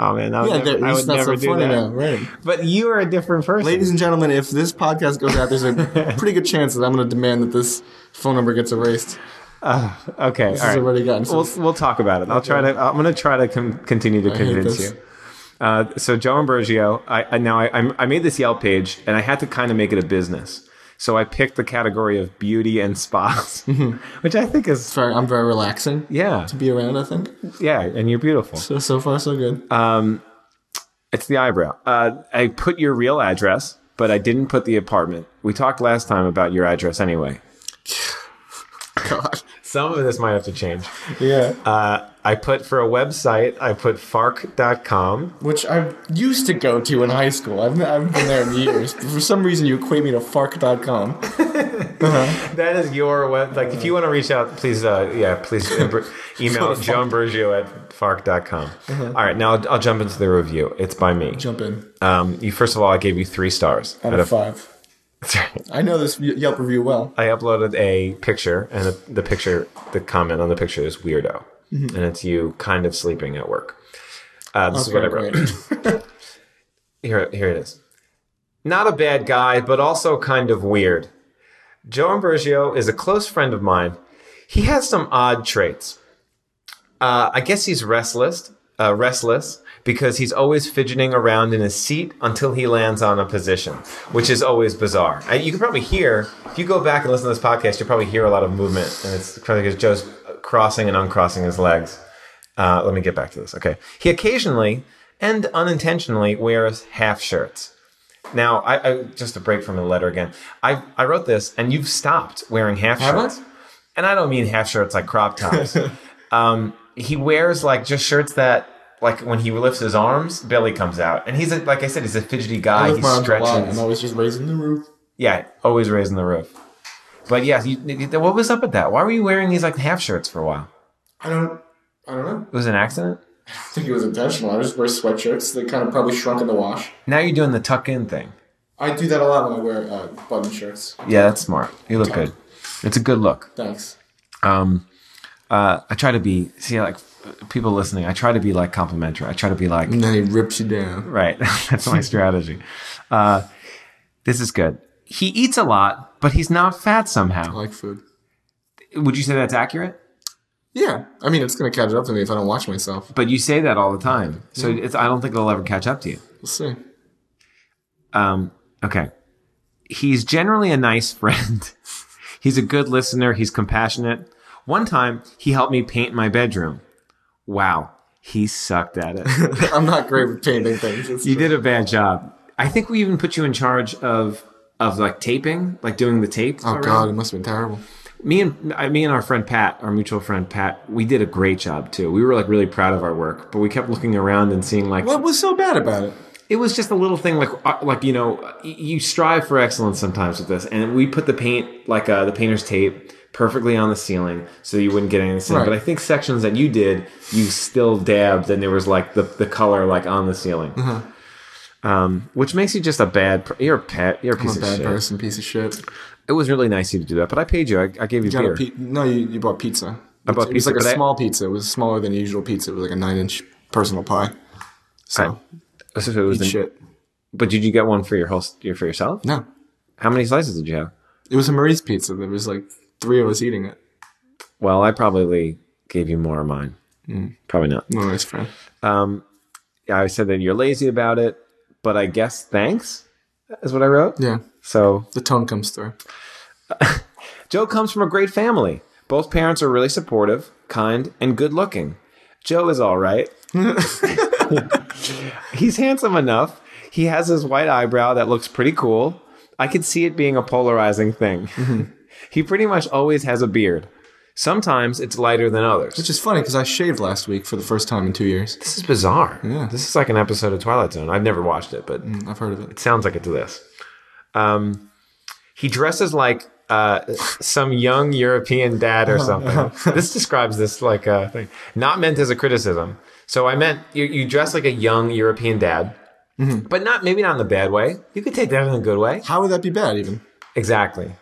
Speaker 11: Oh man, I would
Speaker 12: yeah,
Speaker 11: never, I
Speaker 12: that's
Speaker 11: would never do that.
Speaker 12: now, right?
Speaker 11: [LAUGHS] But you are a different person,
Speaker 12: ladies and
Speaker 11: [LAUGHS]
Speaker 12: gentlemen. If this podcast goes out, there's a pretty good chance that I'm going to demand that this phone number gets erased.
Speaker 11: Uh, okay,
Speaker 2: This
Speaker 11: all
Speaker 2: has
Speaker 11: right.
Speaker 2: already gotten
Speaker 11: We'll,
Speaker 2: some-
Speaker 11: we'll talk about it. I'll try to. I'm going to try to con- continue to
Speaker 2: I hate
Speaker 11: convince
Speaker 2: this.
Speaker 11: you. Uh, so Joe Ambrosio, I, I now I, I'm- I made this Yelp page, and I had to kind of make it a business. So I picked the category of beauty and spas,
Speaker 2: Mm-hmm.
Speaker 11: [LAUGHS] which I think is
Speaker 2: very, I'm very relaxing.
Speaker 11: Yeah,
Speaker 2: to be around, I think.
Speaker 11: Yeah, and you're beautiful.
Speaker 2: So so far so good. [LAUGHS]
Speaker 11: Um, it's the eyebrow. Uh, I put your real address, but I didn't put the apartment. We talked last time about your address anyway.
Speaker 2: God,
Speaker 11: some of this might have to
Speaker 2: [LAUGHS]
Speaker 11: change.
Speaker 2: Yeah.
Speaker 11: Uh, I put for a website. I put fark.com.
Speaker 2: Which I used to go to in high school. I've, I've been there in years. But for some reason, you equate me to fark.com.
Speaker 11: That is your web. Like, if you want to reach out, please, uh, yeah, please
Speaker 2: [LAUGHS]
Speaker 11: em- email
Speaker 2: Go to
Speaker 11: Joan Bergio at fark.com.
Speaker 2: Uh-huh.
Speaker 11: All right, now I'll, I'll jump into the review. It's by me.
Speaker 2: Jump in.
Speaker 11: Um, you first of all, I gave you three stars
Speaker 2: Out
Speaker 11: [LAUGHS]
Speaker 2: of five. I know this Yelp review well.
Speaker 11: I uploaded a picture, and the, the picture, the comment on the picture is weirdo,
Speaker 2: Mhm.
Speaker 11: and it's you kind of sleeping at work. Uh, this is what I wrote. [LAUGHS] here, here it is. Not a bad guy, but also kind of weird. Joe Ambrosio is a close friend of mine. He has some odd traits. Uh, I guess he's restless, uh, restless because he's always fidgeting around in his seat until he lands on a position, which is always bizarre. I, you can probably hear if you go back and listen to this podcast, you'll probably hear a lot of movement, and it's probably because Joe's crossing and uncrossing his legs. Uh, let me get back to this. Okay, he occasionally and unintentionally wears half shirts. Now, I, I just a break from the letter again. I I wrote this, and you've stopped wearing half
Speaker 2: Have I?
Speaker 11: shirts, and I don't mean half shirts like crop
Speaker 2: [LAUGHS]
Speaker 11: tops. um, he wears like just shirts that like when he lifts his arms, belly comes out, and he's a, like I said, he's a fidgety
Speaker 2: I
Speaker 11: guy.
Speaker 2: lift
Speaker 11: He
Speaker 2: my arms a lot. I'm
Speaker 11: stretches.
Speaker 2: always just raising the roof.
Speaker 11: Yeah, always raising the roof. But yeah, you, you- what was up with that? Why were you wearing these like half shirts for a while?
Speaker 2: I don't. I don't know.
Speaker 11: It was an accident.
Speaker 2: I think it was intentional. I just wear sweatshirts. They kind of probably shrunk in the wash.
Speaker 11: Now you're doing the tuck in thing.
Speaker 2: I do that a lot when I wear uh, button shirts.
Speaker 11: Yeah, that's smart. You look good. It's a good look.
Speaker 2: Thanks.
Speaker 11: Um, uh, I try to be see like people listening. I try to be like complimentary. I try to be like. [LAUGHS]
Speaker 2: And then he rips you down.
Speaker 11: Right, [LAUGHS] that's my strategy. Uh, this is good. He eats a lot, but he's not fat somehow.
Speaker 2: like food.
Speaker 11: Would you say that's accurate?
Speaker 2: Yeah, I mean it's gonna catch up to me if I don't watch myself.
Speaker 11: But you say that all the time, so
Speaker 2: Yeah.
Speaker 11: it's, I don't think it'll ever catch up to you.
Speaker 2: We'll see.
Speaker 11: Um, okay. He's generally a nice friend. [LAUGHS] he's a good listener. He's compassionate. One time, he helped me paint my bedroom. Wow, he sucked at
Speaker 2: [LAUGHS]
Speaker 11: it.
Speaker 2: I'm not great with painting things. It's
Speaker 11: you did a bad job. I think we even put you in charge of of like taping, like doing the tape.
Speaker 2: Oh, God, it must have been terrible.
Speaker 11: Me and I, me and our friend Pat, our mutual friend Pat, we did a great job too. We were like really proud of our work, but we kept looking around and seeing like
Speaker 2: what was so bad about it?
Speaker 11: it was just a little thing like uh, like you know y- you strive for excellence sometimes with this and we put the paint like uh, the painter's tape perfectly on the ceiling so you wouldn't get anything
Speaker 2: Right.
Speaker 11: but i think sections that you did you still dabbed and there was like the, the color like on the ceiling
Speaker 2: Uh-huh.
Speaker 11: um, which makes you just a bad per- you're a pet you're a
Speaker 2: I'm a
Speaker 11: piece of
Speaker 2: bad
Speaker 11: shit
Speaker 2: person, piece of shit.
Speaker 11: it was really nice of you to do that but i paid you i, I gave you,
Speaker 2: You got
Speaker 11: beer
Speaker 2: a pi- no, you, you bought pizza.
Speaker 11: I bought
Speaker 2: it was
Speaker 11: pizza,
Speaker 2: like a
Speaker 11: but I-
Speaker 2: small pizza. It was smaller than usual pizza. It was like a nine inch personal pie. So
Speaker 11: I- so it was
Speaker 2: eat
Speaker 11: an-
Speaker 2: shit.
Speaker 11: but did you get one for your whole your for yourself
Speaker 2: No.
Speaker 11: how many slices did you have
Speaker 2: It was a Marie's pizza. There was like three of us eating it.
Speaker 11: well i probably gave you more of mine
Speaker 2: Mm.
Speaker 11: probably not
Speaker 2: No nice friend.
Speaker 11: Um, I said that you're lazy about it, but I guess thanks is what I wrote.
Speaker 2: Yeah.
Speaker 11: So
Speaker 2: The tone comes through.
Speaker 11: Joe comes from a great family. Both parents are really supportive, kind, and good looking. Joe is all [LAUGHS] right. He's handsome enough. He has his white eyebrow that looks pretty cool. I could see it being a polarizing thing. [LAUGHS] he pretty much always has a beard. Sometimes it's lighter than others.
Speaker 2: Which is funny because I shaved last week for the first time in two years.
Speaker 11: This is bizarre.
Speaker 2: Yeah.
Speaker 11: This is like an episode of Twilight Zone. I've never watched it, but
Speaker 2: Mm, I've heard of it.
Speaker 11: It sounds like it to this. Um, he dresses like uh, some young European dad or something. this describes this like a thing. Not meant as a criticism. So I meant you, you dress like a young European dad, but not maybe not in the bad way. You could take that in a good way.
Speaker 2: How would that be bad, even?
Speaker 11: Exactly.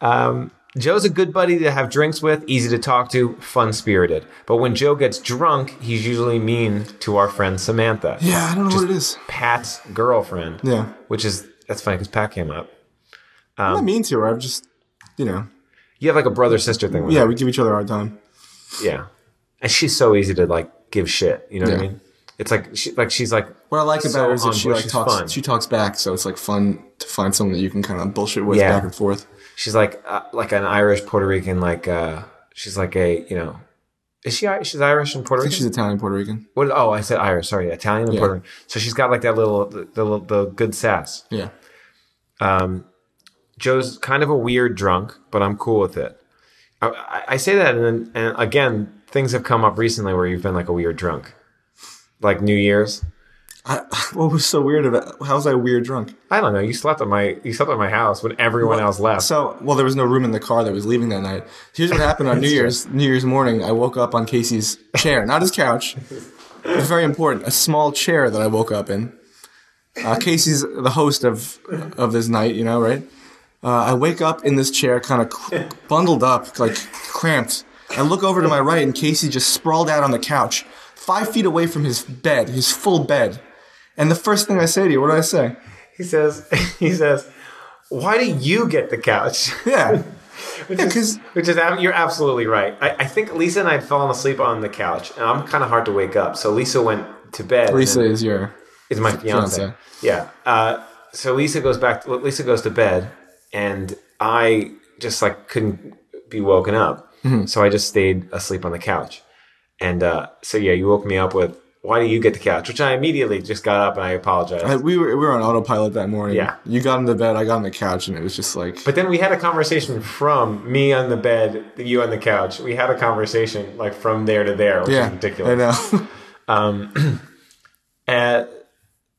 Speaker 11: um, Joe's a good buddy to have drinks with, easy to talk to, fun spirited. But when Joe gets drunk, he's usually mean to our friend Samantha.
Speaker 2: Yeah, I don't know
Speaker 11: Just
Speaker 2: what it is.
Speaker 11: Pat's girlfriend.
Speaker 2: Yeah.
Speaker 11: Which is, that's funny because Pat came up.
Speaker 2: I'm
Speaker 11: Um,
Speaker 2: not mean to her. I've just, you know,
Speaker 11: You have like a brother sister thing. With
Speaker 2: yeah,
Speaker 11: her.
Speaker 2: we give each other a hard time.
Speaker 11: yeah, and she's so easy to like give shit. You know what I
Speaker 2: Yeah.
Speaker 11: mean? It's like she, like she's like
Speaker 2: What I like about
Speaker 11: so
Speaker 2: her is that
Speaker 11: on
Speaker 2: she
Speaker 11: board.
Speaker 2: like
Speaker 11: She's
Speaker 2: talks.
Speaker 11: fun.
Speaker 2: She talks back, so it's like fun to find someone that you can kind of bullshit with
Speaker 11: Yeah.
Speaker 2: back and forth.
Speaker 11: She's like uh, like an Irish Puerto Rican like uh she's like a you know is she I- she's Irish and Puerto
Speaker 2: I think
Speaker 11: Rican?
Speaker 2: she's Italian Puerto Rican.
Speaker 11: what oh I said Irish sorry Italian and
Speaker 2: Yeah.
Speaker 11: Puerto Rican. So she's got like that little the, the, little- the good sass.
Speaker 2: Yeah.
Speaker 11: Um, Joe's kind of a weird drunk, but I'm cool with it. I- I, I say that, and then and again, things have come up recently where you've been like a weird drunk, like New Year's.
Speaker 2: I, [LAUGHS] what was so weird about? How was I weird drunk?
Speaker 11: I don't know. You slept at my you slept at my house when everyone
Speaker 2: Well,
Speaker 11: else left.
Speaker 2: So, well, there was no room in the car that was leaving that night. Here's what happened on New
Speaker 11: That's
Speaker 2: Year's New Year's morning. I woke up on Casey's chair, not his couch. It was very important. A small chair that I woke up in. Uh, Casey's the host of of this night, you know, right? Uh, I wake up in this chair, kind of cr- bundled up, like cramped. I look over to my right, and Casey just sprawled out on the couch, five feet away from his bed, his full bed. And the first thing I say to you, what do I say?
Speaker 11: He says, [LAUGHS] he says, why do you get the couch? [LAUGHS]
Speaker 2: Yeah.
Speaker 11: Which is, which is ab- you're absolutely right. I, I think Lisa and I had fallen asleep on the couch, and I'm kind of hard to wake up. So Lisa went to bed. and
Speaker 2: Lisa
Speaker 11: then-
Speaker 2: is your
Speaker 11: is my fiance.
Speaker 2: Fiance.
Speaker 11: Yeah. Uh, so Lisa goes back. To, Lisa goes to bed, and I just like couldn't be woken up,
Speaker 2: Mhm.
Speaker 11: so I just stayed asleep on the couch. And uh, so yeah, you woke me up with why do you get the couch? Which I immediately just got up and I apologized.
Speaker 2: I, we were we were on autopilot that morning.
Speaker 11: Yeah.
Speaker 2: You got into bed, I got on the couch, and it was just like
Speaker 11: but then we had a conversation from me on the bed, you on the couch. We had a conversation like from there to there, which
Speaker 2: yeah,
Speaker 11: is ridiculous.
Speaker 2: I know. [LAUGHS]
Speaker 11: Um, and,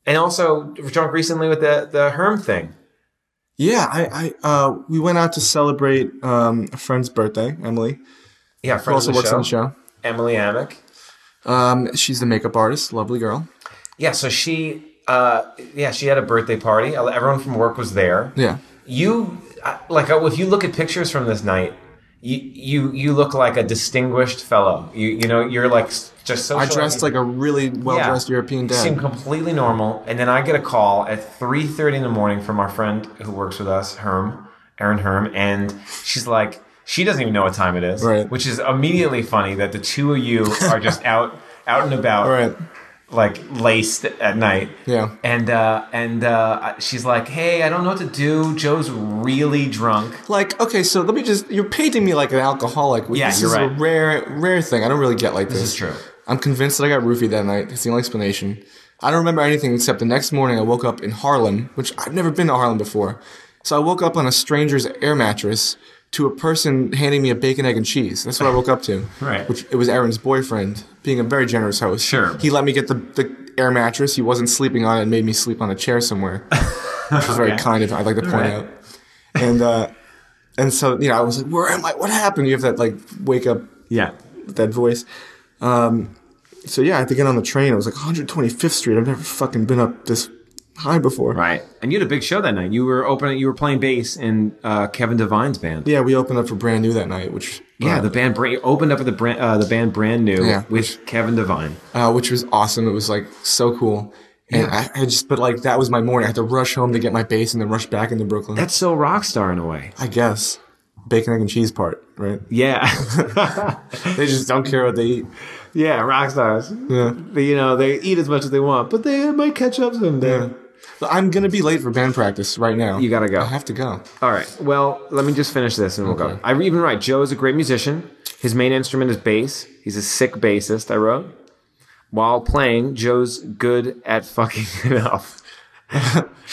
Speaker 11: and also drunk recently with the the Herm thing.
Speaker 2: yeah, I, I uh, we went out to celebrate um, a friend's birthday, Emily.
Speaker 11: Yeah,
Speaker 2: who
Speaker 11: friend
Speaker 2: also
Speaker 11: of the
Speaker 2: works
Speaker 11: show,
Speaker 2: on the show.
Speaker 11: Emily Amick.
Speaker 2: Um, she's the makeup artist, lovely girl.
Speaker 11: Yeah, so she, uh, yeah, she had a birthday party. Everyone from work was there.
Speaker 2: Yeah.
Speaker 11: You I- like uh, if you look at pictures from this night, you you you look like a distinguished fellow. You you know you're like s- just so.
Speaker 2: I dressed like a really well dressed European dad.
Speaker 11: Seemed completely normal, and then I get a call at three thirty in the morning from our friend who works with us, Herm, Erin Herm, and she's like, she doesn't even know what time it is,
Speaker 2: Right.
Speaker 11: which is immediately funny that the two of you are just out out and about,
Speaker 2: [LAUGHS] Right.
Speaker 11: like laced at night,
Speaker 2: Yeah.
Speaker 11: and uh, and uh, she's like, hey, I don't know what to do. Joe's really drunk.
Speaker 2: Like, okay, so let me just you're painting me like an alcoholic.
Speaker 11: Yeah,
Speaker 2: this
Speaker 11: you're
Speaker 2: is a
Speaker 11: right.
Speaker 2: rare rare thing. I don't really get like this.
Speaker 11: This is true.
Speaker 2: I'm convinced that I got roofied that night. That's the only explanation. I don't remember anything except the next morning I woke up in Harlem, which I've never been to Harlem before. So I woke up on a stranger's air mattress to a person handing me a bacon, egg, and cheese. That's what I woke up to.
Speaker 11: [LAUGHS] Right.
Speaker 2: Which it was Aaron's boyfriend, being a very generous host.
Speaker 11: Sure.
Speaker 2: He let me get the, the air mattress. He wasn't sleeping on it and made me sleep on a chair somewhere.
Speaker 11: [LAUGHS]
Speaker 2: which was very
Speaker 11: Okay.
Speaker 2: kind of I'd like to point
Speaker 11: Right.
Speaker 2: out. And uh, and so, you know, I was like, where am I? What happened? You have that like wake up
Speaker 11: Yeah,
Speaker 2: that voice. Um, so yeah, I had to get on the train. It was like 125th Street. I've never fucking been up this high before.
Speaker 11: right. And you had a big show that night. You were opening. You were playing bass in uh, Kevin Devine's band.
Speaker 2: Yeah, we opened up for brand new that night, which
Speaker 11: Yeah,
Speaker 2: uh,
Speaker 11: the band brand, opened up with the brand, uh, the band brand new
Speaker 2: Yeah.
Speaker 11: with Kevin Devine.
Speaker 2: uh, which was awesome. It was like so cool. And I, I just, but like that was my morning. I had to rush home to get my bass and then rush back into Brooklyn.
Speaker 11: That's so rock star in a way.
Speaker 2: I guess bacon, egg, and cheese part, right?
Speaker 11: Yeah, [LAUGHS]
Speaker 2: They just don't care what they eat.
Speaker 11: yeah, rock stars.
Speaker 2: Yeah.
Speaker 11: They, you know they eat as much as they want, but they might catch up someday.
Speaker 2: But I'm gonna be late for band practice right now.
Speaker 11: You gotta go.
Speaker 2: I have to go.
Speaker 11: All right. Well, let me just finish this and we'll go.
Speaker 2: Okay.
Speaker 11: I even right. Joe is a great musician. His main instrument is bass. He's a sick bassist. I wrote. While playing, Joe's good at fucking [LAUGHS] it up.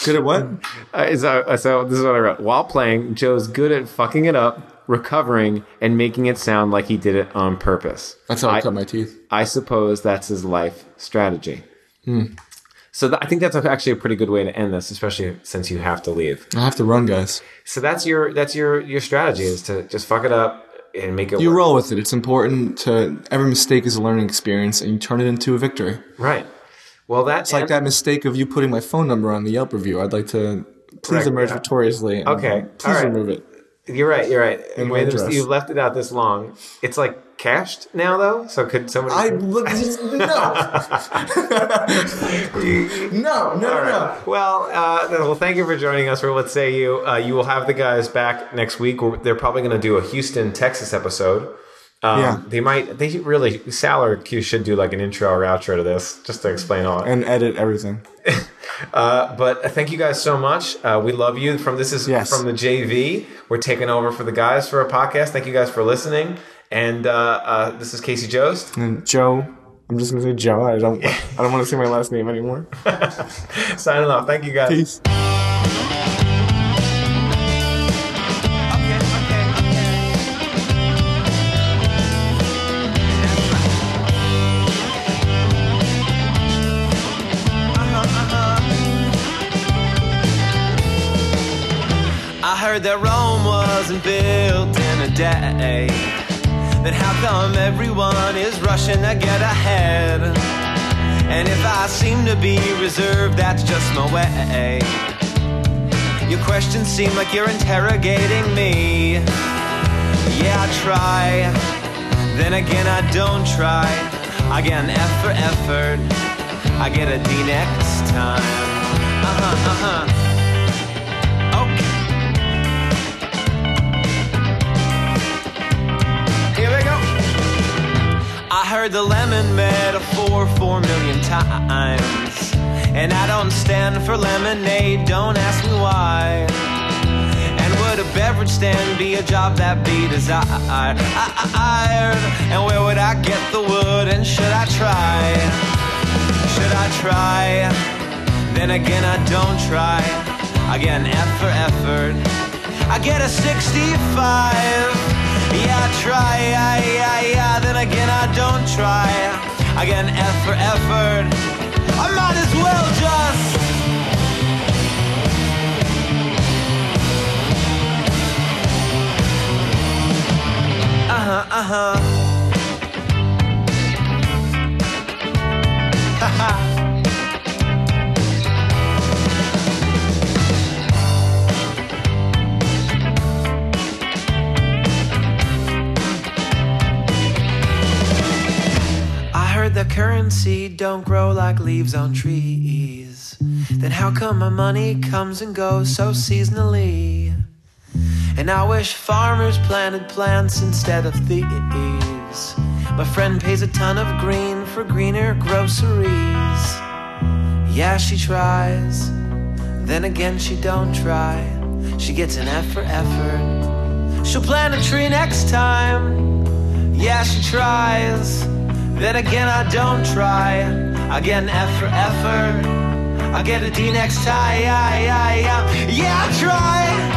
Speaker 2: Good at what?
Speaker 11: Uh, so, uh, so this is what I wrote. While playing, Joe's good at fucking it up, recovering, and making it sound like he did it on purpose.
Speaker 2: That's how I,
Speaker 11: I-
Speaker 2: cut my teeth.
Speaker 11: I suppose that's his life strategy.
Speaker 2: Hmm.
Speaker 11: So th- I think that's actually a pretty good way to end this, especially since you have to leave.
Speaker 2: I have to run, guys.
Speaker 11: So that's your that's your your strategy is to just fuck it up and make it
Speaker 2: You
Speaker 11: work.
Speaker 2: roll with it. It's important to every mistake is a learning experience, and you turn it into a victory.
Speaker 11: right. Well, that's
Speaker 2: It's like that mistake of you putting my phone number on the Yelp review. I'd like to please
Speaker 11: Correct
Speaker 2: emerge
Speaker 11: that.
Speaker 2: victoriously. and uh,
Speaker 11: Okay.
Speaker 2: please
Speaker 11: All right.
Speaker 2: remove it.
Speaker 11: You're right. You're right.
Speaker 2: And
Speaker 11: Wait,
Speaker 2: address.
Speaker 11: you've left it out this long. It's like cashed now though? So could somebody?
Speaker 12: I look,
Speaker 2: [LAUGHS]
Speaker 12: no, no, no, no,
Speaker 11: All
Speaker 12: no.
Speaker 11: right. Well, uh, then- well, thank you for joining us for What Say You. Uh, you will have the guys back next week. We're, they're probably going to do a Houston, Texas episode. Um,
Speaker 12: Yeah.
Speaker 11: They might. They should really. Sal or Q should do like an intro or outro to this, just to explain all.
Speaker 12: And edit everything.
Speaker 11: Uh, but thank you guys so much. Uh, we love you. From this is
Speaker 12: Yes.
Speaker 11: from the JV. We're taking over for the guys for a podcast. Thank you guys for listening. And uh, uh, this is Casey Jost.
Speaker 12: [LAUGHS] And Joe, I'm just gonna say Joe. I don't, I don't want to say my last name anymore.
Speaker 11: Signing off. Thank you guys.
Speaker 12: Peace.
Speaker 13: I heard that Rome wasn't built in a day. Then how come everyone is rushing to get ahead? And if I seem to be reserved, that's just my way. Your questions seem like you're interrogating me. Yeah, I try. Then again, I don't try. I get an F for effort. I get a D next time. Uh huh, uh huh. uh-huh. Here we go. I heard the lemon metaphor four million times. And I don't stand for lemonade, don't ask me why. And would a beverage stand be a job that be desired? And where would I get the wood? And should I try? Should I try? Then again, I don't try. I get an F for effort. I get a 65. Yeah, I try, yeah, yeah, yeah. Then again, I don't try. I get an F for effort. I might as well just. Uh huh, uh huh. Haha. I heard that currency don't grow like leaves on trees. Then how come my money comes and goes so seasonally? And I wish farmers planted plants instead of thieves. My friend pays a ton of green for greener groceries. Yeah, she tries. Then again, she don't try. She gets an F for effort. She'll plant a tree next time. Yeah, she tries. Then again, I don't try. I get an F for effort. I get a D next time. Yeah, yeah, yeah. Yeah, I try.